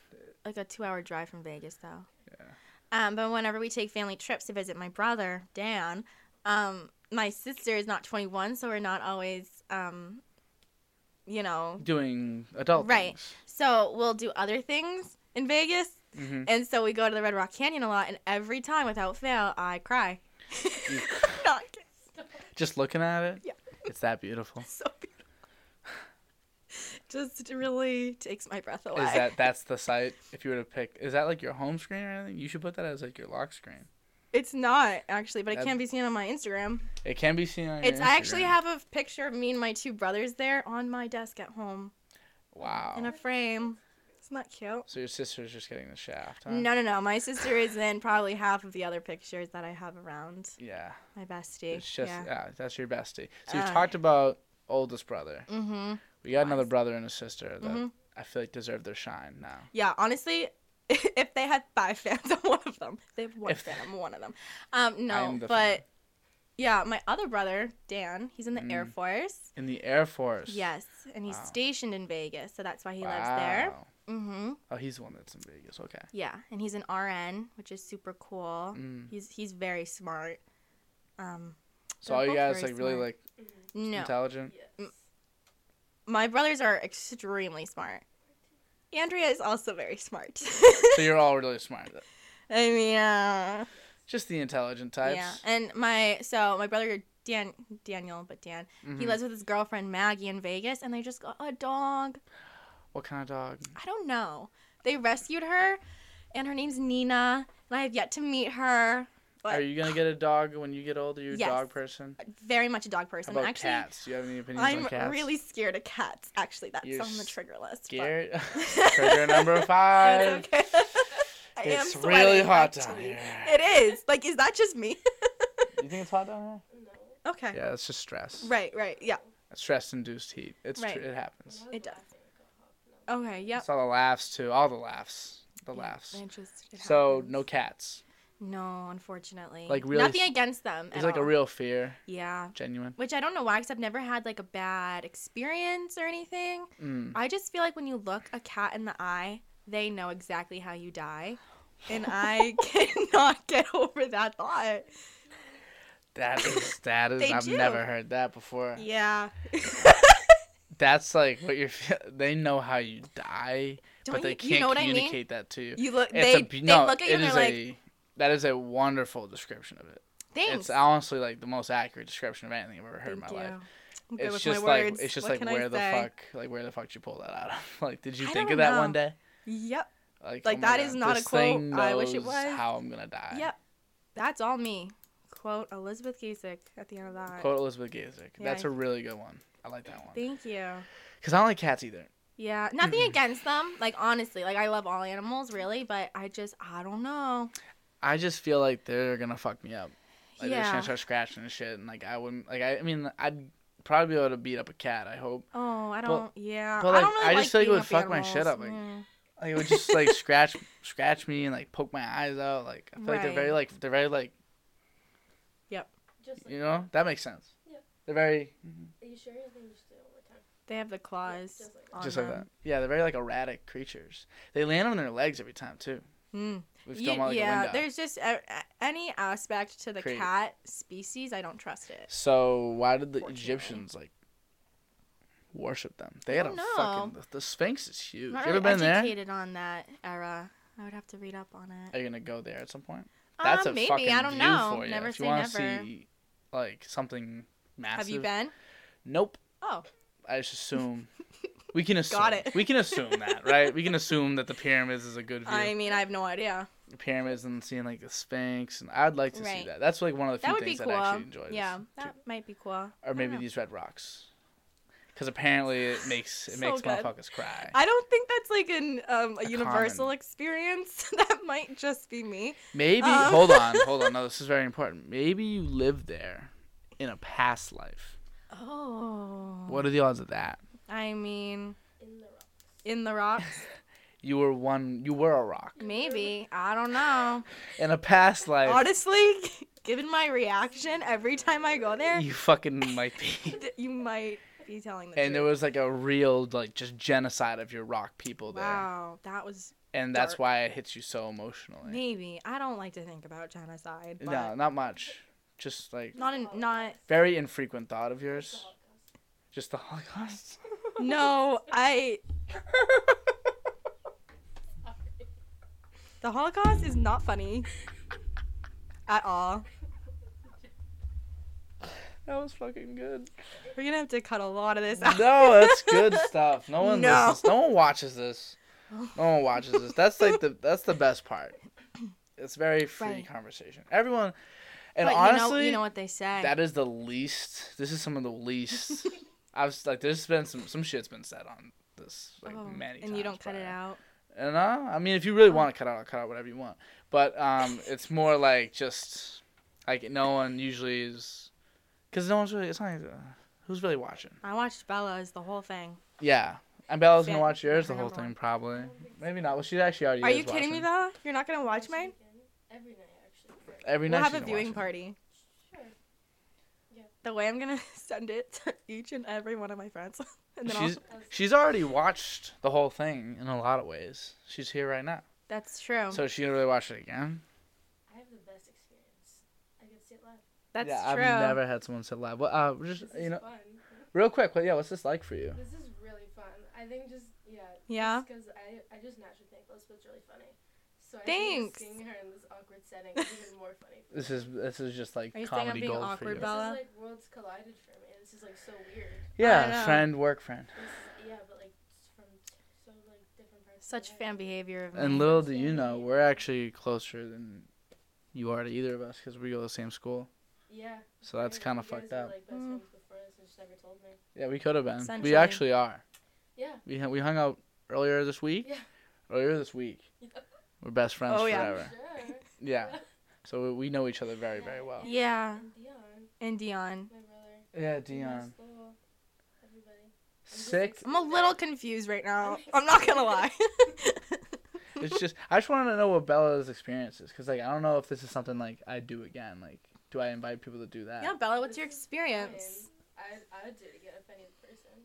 B: like a two hour drive from Vegas though.
A: Yeah.
B: Um, but whenever we take family trips to visit my brother Dan, um, my sister is not twenty one, so we're not always um, you know,
A: doing adult
B: Right.
A: things.
B: so we'll do other things in Vegas,
A: Mhm.
B: and so we go to the Red Rock Canyon a lot, and every time without fail, I cry.
A: You-
B: Not kidding,
C: Stop.
A: Just looking at it.
B: Yeah.
A: It's that beautiful.
B: it's so beautiful. Just really takes my breath away.
A: Is that that's the site? If you were to pick, is that like your home screen or anything? You should put that as like your lock screen.
B: It's not actually, but it
A: That-
B: can be seen on my Instagram.
A: It can be seen on. Your
B: It's I actually
A: Instagram.
B: have a picture of me and my two brothers there on my desk at home
A: Wow.
B: in a frame. Isn't that cute?
A: so your sister's just getting the shaft. Huh?
B: No, no, no. My sister is in probably half of the other pictures that I have around
A: Yeah.
B: my bestie.
A: It's just yeah.
B: yeah.
A: that's your bestie. So you
B: Uh,
A: talked about oldest brother.
B: Mm-hmm.
A: We got
B: Nice.
A: another brother and a sister that
B: Mhm.
A: I feel like deserve their shine now.
B: Yeah. Honestly, if they had five fans, I'm one of them. They have one
A: If-
B: fan. I'm one of them. Um, no,
A: am the
B: but yeah, my other brother Dan, he's in the Air
A: Mm.
B: Force.
A: In the Air Force.
B: Yes, and he's
A: Wow.
B: stationed in Vegas, so that's why he lives there.
A: Wow.
B: Mm-hmm.
A: Oh, he's the one that's in Vegas. Okay.
B: Yeah, and he's an RN, which is super cool.
A: Mm.
B: He's he's very smart. Um,
A: So
B: They're
A: all you
B: both
A: guys
B: very
A: like really
B: smart.
A: like
C: Mhm.
B: no,
A: intelligent.
C: Yes.
B: Mm. my brothers are extremely smart. Andrea is also very smart.
A: so you're all really smart. though.
B: I mean, uh,
A: Just the intelligent types.
B: yeah. And my so my brother Dan Daniel, but Dan, he
A: Mhm.
B: lives with his girlfriend Maggie in Vegas, and they just got a dog.
A: What kind of dog?
B: I don't know. They rescued her, and her name's Nina, and I have yet to meet her. But
A: Are you gonna get a dog when you get older? You're a
B: Yes.
A: dog person.
B: very much a dog
A: How
B: person.
A: about
B: Actually,
A: cats? Do you have any opinions
B: I'm
A: on cats?
B: really scared of cats. Actually, that's
A: You're
B: on the trigger list. but-
A: scared. Trigger number five.
B: It's okay. I am
A: It's
B: sweating,
A: really hot down
B: actually.
A: here.
B: It is. Like, is that just me?
A: You think it's hot down
C: No.
B: okay.
A: here? Yeah, it's just stress.
B: Right. Right. Yeah.
A: Stress-induced heat. It's
B: Right.
A: tr- it happens.
B: It does.
C: No.
B: Okay. Yep.
A: It's all the laughs too. All the laughs. The
B: Yeah,
A: laughs.
B: it just- it
A: So
B: happens.
A: no cats.
B: No, unfortunately.
A: Like, really
B: Nothing
A: s-
B: against them.
A: It's
B: at
A: like a
B: all.
A: real fear.
B: Yeah.
A: Genuine.
B: Which I don't know why, because I've never had like a bad experience or anything.
A: Mm.
B: I just feel like when you look a cat in the eye, they know exactly how you die. and I cannot get over that thought.
A: That is that is
B: They
A: I've
B: do.
A: never heard that before.
B: Yeah.
A: That's like what you're feel- they know how you die,
B: Don't
A: but they
B: you,
A: can't
B: you know what I
A: communicate
B: mean?
A: that to you.
B: You look
A: It's
B: they,
A: a be-
B: they
A: no,
B: look at you
A: it
B: and they're
A: is
B: like,
A: a- that is a wonderful description of it.
B: thanks.
A: It's honestly like the most accurate description of anything I've ever heard in my
B: Thank
A: life.
B: you. I'm good
A: It's
B: with
A: just
B: my
A: like
B: words.
A: it's just
B: What
A: like
B: can I
A: where the
B: say?
A: fuck like where the fuck did you pull that out of? Like did you
B: I
A: think
B: don't
A: of that one
B: know.
A: day? oh
B: Yep.
A: that
B: Like,
A: is
B: that is not a quote. I wish it was.
A: How I'm gonna die.
B: Yep. That's all me. Quote Elizabeth Gasek at the end of that.
A: Quote Elizabeth Gazik.
B: Yeah,
A: That's
B: I-
A: a really good one. I like that one.
B: Thank you.
A: Cause I don't like cats either.
B: Yeah. Nothing against them. Like honestly, like I love all animals really, but I just I don't know.
A: I just feel like they're gonna fuck me up. Like they're just
B: yeah.
A: gonna start scratching and shit, and like I wouldn't. Like I, I mean, I'd probably be able to beat up a cat. I hope.
B: Oh, I
A: But-
B: don't. yeah.
A: but,
B: I
A: like,
B: don't really
A: I
B: like
A: just feel like it
B: beating
A: would
B: up
A: fuck my shit
B: animals.
A: up, like-
B: Mm.
A: Like it would just like scratch, scratch me and like poke my eyes out. Like I feel like they're very
B: Right.
A: like they're very like
C: Just like,
A: you know that makes sense.
C: Yeah.
A: They're very
C: are you sure? I think you just do it one more time.
B: They have the claws.
C: just like that.
B: on
A: just like
B: them.
A: that. Yeah, they're very like erratic creatures. They land on their legs every time too.
B: Mm.
A: We've
B: You-
A: done like a
B: yeah,
A: window.
B: there's just a, a- any aspect to the
A: Creative.
B: cat species, I don't trust it.
A: So why did the
C: Fortunately.
A: Egyptians like worship them? They had a
B: don't know.
A: fucking the, the Sphinx is huge.
B: I'm
A: You
B: not
A: ever
B: really
A: been there?
B: educated on that era. I would have to read up on it.
A: Are you gonna go there at some point? That's
B: um,
A: a
B: maybe
A: fucking
B: I don't
A: view
B: know.
A: for you.
B: Never
A: if
B: say
A: you wanna
B: never.
A: see like something massive.
B: have you been?
A: Nope.
B: Oh,
A: I just assume. We can assume.
B: Got it.
A: We can assume that, right? We can assume that the pyramids is a good view.
B: I mean, I have no idea.
A: The pyramids and seeing like the Sphinx, and I'd like to see
B: Right.
A: that. That's like one of the
B: That
A: few
B: would be
A: things
B: cool.
A: that I actually enjoy. is
B: yeah,
A: to-
B: that might be cool.
A: or maybe
B: know.
A: these red rocks, because apparently it makes it
B: So
A: makes
B: good.
A: motherfuckers cry.
B: I don't think that's like an um, a,
A: A
B: universal
A: common-
B: experience. that might just be me.
A: Maybe
B: Um.
A: hold on, hold on. No, this is very important. Maybe you lived there in a past life.
B: Oh.
A: What are the odds of that?
B: I mean,
C: In the rock.
B: in the rocks,
A: You were one. You were a rock
B: maybe. I don't know.
A: in a past life.
B: Honestly, given my reaction every time I go there,
A: you fucking might be.
B: d- you might be telling the
A: And there
B: truth.
A: was like a real like just genocide of your rock people
B: wow, that was
A: there, and that's
B: dark.
A: why it hits you so emotionally.
B: maybe. I don't like to think about genocide, but
A: No, not much. Just like
B: not in, not
A: very infrequent thought of yours. Just the Holocaust.
B: no. I the Holocaust is not funny at all.
A: That was fucking good.
B: We're gonna have to cut a lot of this out.
A: No, that's good stuff. No one
B: No.
A: listens. No one watches this. No one watches this. That's like the that's the best part. It's very free
B: Right.
A: conversation. Everyone, and
B: but
A: honestly,
B: you know, you know what they say.
A: that is the least. This is some of the least. I was like, there's been some some shit's been said on this like
B: Oh,
A: many times.
B: and you don't cut it
A: prior.
B: out.
A: And uh, I mean, if you really
B: Oh.
A: want to cut out, I'll cut out whatever you want. But um, it's more like just like no one usually is, because no one's really. It's not. Uh, who's really watching?
B: I watched Bella's the whole thing.
A: Yeah, and Bella's gonna
B: Fit
A: watch yours the
B: for
A: whole
B: number
A: thing
B: one.
A: probably. Maybe not. Well, she actually already.
B: Are
A: is
B: you kidding me,
A: watching.
B: Bella? You're not gonna watch mine? Uh,
C: Every night, actually.
A: Every
B: We'll
A: night
B: have a
A: she's gonna watch
B: viewing
A: it.
B: party.
C: Sure.
B: The way I'm gonna send it to each and every one of my friends, and then
A: She's
B: I'll,
A: she's already watched the whole thing in a lot of ways. She's here right now,
B: that's true.
A: so she didn't really watch it again.
C: I have the best experience. I can see it live.
B: that's
A: yeah,
B: true.
A: I've never had someone sit live. Well, uh, just
C: This is
A: you know,
C: fun.
A: real quick. What, yeah, what's this like for you?
C: This is really fun. I think just yeah.
B: Yeah.
C: Because I I just naturally think "Oh, this was really funny. So I
B: Thanks.
C: think just seeing her in this awkward setting is even more funny. for
A: This
C: me.
A: is this is just like
B: Are you saying I'm
A: comedy
B: being
A: gold for
B: awkward,
A: you.
C: This
B: Bella?
C: is like worlds collided for me. This is like so weird.
B: I
A: Yeah,
B: know.
A: friend, work friend.
C: This is, yeah, but like it's from t- so like different parts. of
B: Such
C: my
B: fan
C: life.
B: behavior of
A: And
B: me.
A: little do you know, we're actually closer than you are to either of us because we go to the same school.
C: Yeah.
A: So that's
C: crazy.
A: kind of
C: You guys
A: fucked
C: were,
A: up.
C: Like best
B: Mm.
C: friends before this and just never told me.
A: Yeah, we could have been.
B: Essentially.
A: We actually are.
C: Yeah.
A: We hu- we hung out earlier this week.
C: Yeah.
A: Earlier this week.
C: Yeah.
A: We're best friends
B: Oh, yeah.
A: forever.
C: Sure.
A: Yeah. So we, we know each other very very well.
B: yeah,
C: And Dion,
B: and Dion.
C: my brother.
A: Yeah,
C: we were in
A: Dion.
C: school, Everybody. just
A: Sixth.
B: I'm a little confused right now. I'm not gonna lie.
A: It's just I just wanted to know what Bella's experience is because like I don't know if this is something like I do again. Like, do I invite people to do that?
B: yeah, Bella, what's your
C: This is
B: experience?
C: I I would do it again if I knew the person.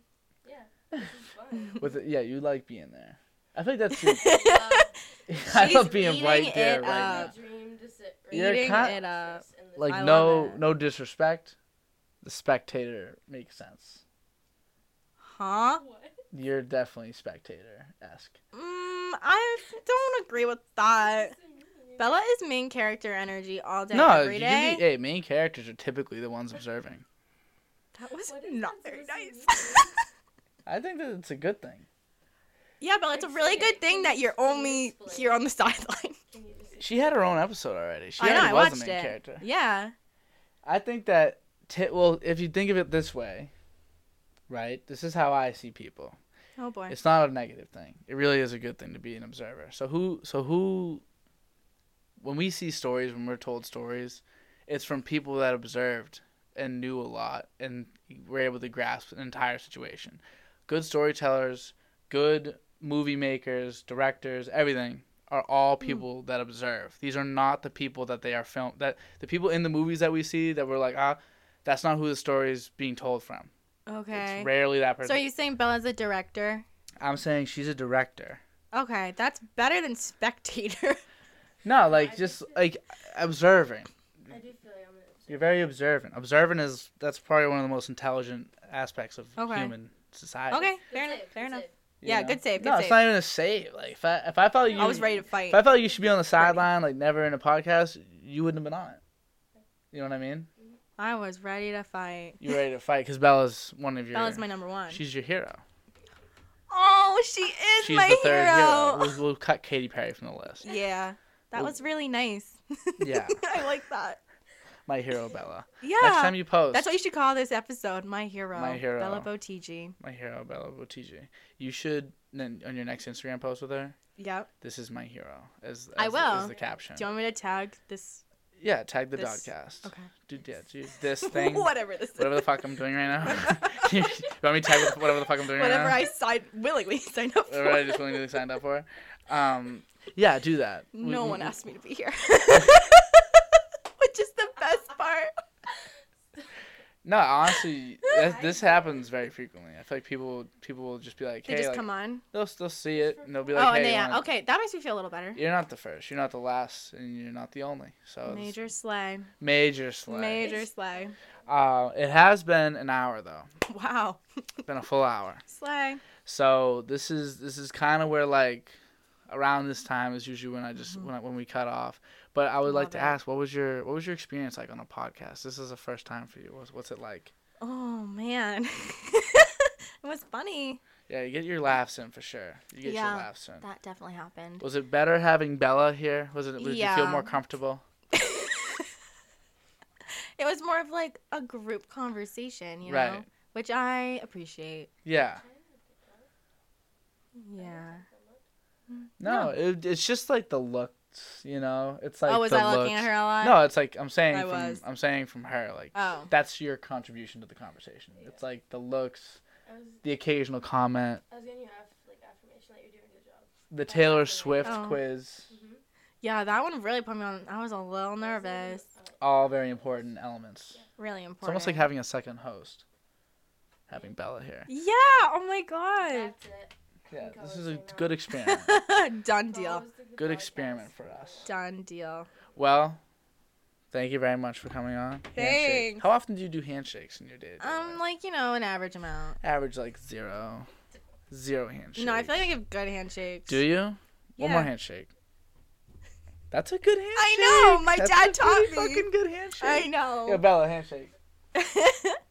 C: Yeah. This is fun.
A: With yeah, you like being there. I think that's. Too,
C: Um,
A: I
B: She's
A: love being
B: eating
A: right there
B: it
A: right
B: up.
A: now.
B: Uh,
C: dream to sit right uh,
A: You're
B: Eating
A: con-
B: it up.
C: in this
A: Like
B: I love
A: no,
B: it.
A: no disrespect. The spectator makes sense.
B: Huh?
C: What?
A: You're definitely spectator esque.
B: Mm, I don't agree with that.
C: But
B: Bella is main character energy all day,
A: No,
B: every
A: you
B: day.
A: can be, hey, main characters are typically the ones observing.
B: that was
C: What is
B: not
C: that
B: very
C: supposed to
B: nice.
A: I think that it's a good thing.
B: yeah, Bella, it's a really
C: Explain-
B: good thing that you're
C: can you
B: only
C: explain?
B: here on the sideline.
C: Can you just-
A: She had her own episode already. She
B: I know,
A: already
B: I
A: was
B: watched
A: the main
B: it.
A: character.
B: Yeah.
A: I think that ti well, if you think of it this way, right? This is how I see people.
B: Oh boy.
A: It's not a negative thing. It really is a good thing to be an observer. So who so who when we see stories, when we're told stories, it's from people that observed and knew a lot and were able to grasp an entire situation. Good storytellers, good movie makers, directors, everything are all
B: Hmm.
A: people that observe. These are not the people that they are film that the people in the movies that we see that we're like, ah, that's not who the story is being told from.
B: Okay.
A: It's rarely that person.
B: So are you saying Bella's a director?
A: I'm saying she's a director.
B: Okay, that's better than spectator.
A: No, like
C: I
A: just
C: think
A: like observing.
C: I do feel like I'm gonna
A: You're very observant. Observant is that's probably one of the most intelligent aspects of
B: Okay.
A: human society.
B: okay,
C: Good
B: fair
C: save,
B: enough.
C: good
B: Fair enough.
C: save.
A: you
B: yeah, good save, good
A: no, it's
B: save.
A: not even a save. Like if I if I felt you,
B: I was ready to fight.
A: If I felt you should be on the sideline, like never in a podcast, you wouldn't have been on it. You know what I mean?
B: I was ready to fight.
A: You're ready to fight because Bella's one of your.
B: Bella's my number one.
A: She's your hero.
B: oh, she is
A: She's
B: my
A: the third hero.
B: hero.
A: We'll, we'll cut Katy Perry from the list.
B: yeah, that
A: Well-
B: was really nice.
A: Yeah.
B: I like that.
A: My hero, Bella.
B: Yeah,
A: Next time you post,
B: that's what you should call this episode. My hero.
A: My hero.
B: Bella Botigi.
A: my hero, Bella Botigi. You should then on your next Instagram post with her.
B: Yep.
A: This is my hero. As, as
B: I
A: the- as
B: will.
A: the caption.
B: Do you want me to tag this?
A: yeah, tag the
B: this-
A: dogcast.
B: Okay.
A: Dude, yeah, do this thing.
B: Whatever this is.
A: whatever the fuck I'm doing right now. you want me to tag with whatever the fuck I'm doing
B: Whatever
A: right
B: I sign willingly sign up
A: now?
B: for.
A: Whatever I just willingly signed up for. Um, yeah, do that. We-
B: No
A: we-
B: one
A: we-
B: asked me to be here. Which is the best part.
A: No, honestly, that, this happens very frequently. I feel like people people will just be like, hey,
B: they just
A: like,
B: come on.
A: they'll still see it and they'll be
B: Oh,
A: like,
B: and
A: hey,
B: they,
A: you
B: yeah.
A: wanna-
B: Okay, that makes me feel a little better.
A: You're not the first. You're not the last, and you're not the only. So it's
B: Major slay.
A: major slay.
B: Major slay.
A: Uh, it has been an hour though.
B: Wow.
A: It's been a full hour.
B: Slay.
A: So this is this is kind of where like around this time is usually when I just when I, when we cut off. But I would like
B: Mm-hmm. Love
A: to
B: it.
A: ask, what was your what was your experience like on a podcast? This is the first time for you. What's what's it like?
B: Oh man. it was funny.
A: Yeah, you get your laughs in for sure. You get
B: Yeah.
A: your laughs in.
B: That definitely happened.
A: Was it better having Bella here? Was it? Did you
B: Yeah.
A: feel more comfortable?
B: It was more of like a group conversation, you know?
A: Right.
B: Which I appreciate.
A: Yeah.
B: Yeah.
A: No, It, it's just like the looks. You know, it's like
B: oh, was
A: the
B: I looking
A: looks.
B: at her a lot?
A: No, it's like I'm saying
B: I
A: from
B: was.
A: I'm saying from her like
B: Oh.
A: that's your contribution to the conversation. It's like the looks,
C: I was,
A: the occasional comment,
C: I was gonna have like affirmation that you're doing a good job.
A: the Taylor Swift
B: Oh.
A: quiz,
B: Yeah, that one really put me on. I was a little nervous.
A: all very important elements.
B: Really important.
A: It's almost like having a second host, having Bella here.
B: Yeah. Oh my god.
C: That's it.
A: Yeah,
C: Go
A: this
C: with
A: is a
C: me now.
A: good experiment.
B: Done deal.
C: Follows the good
A: Good
C: podcast.
A: experiment for us.
B: Done deal.
A: Well, thank you very much for coming on. Handshake.
B: Thanks.
A: How often do you do handshakes in your day?
B: Um, like you know, an average amount.
A: average like zero, zero handshakes.
B: No, I feel like I give good handshakes.
A: Do you? One more
B: Yeah.
A: handshake. That's a good handshake.
B: I know. My
A: That's
B: dad
A: a
B: taught
A: pretty
B: me.
A: Fucking good handshake.
B: I
A: Yo,
B: know.
A: Bella, handshake.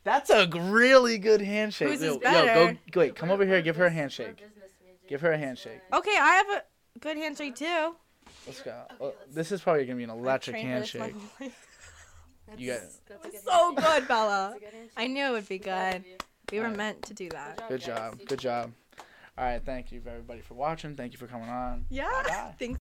A: That's a g- really good handshake.
B: Whose
A: yo,
B: is
A: yo,
B: better?
A: go, go wait. Come
C: We're-
A: over here.
C: we're
A: Give her a
C: bus- we're
A: handshake.
C: business majors.
A: Give her a
C: That's
A: handshake.
C: why.
B: okay, I have a good handshake too.
A: Let's go.
C: Okay,
A: Oh,
C: let's-
A: this is probably gonna be an
B: I've
A: electric
B: trained for this my
A: handshake.
B: whole life.
C: That's,
A: You
C: that's
B: It
C: a
B: was
C: good
B: so
C: handshake.
B: good, Bella.
C: That's a good handshake.
B: I knew it would be
C: We love
B: good.
C: you.
B: We were
A: Alright.
B: meant to do that.
A: Good
C: guys.
A: job. Good job. All right. Thank you, everybody, for watching. Thank you for coming on.
B: Yeah.
A: Bye-bye.
B: Thanks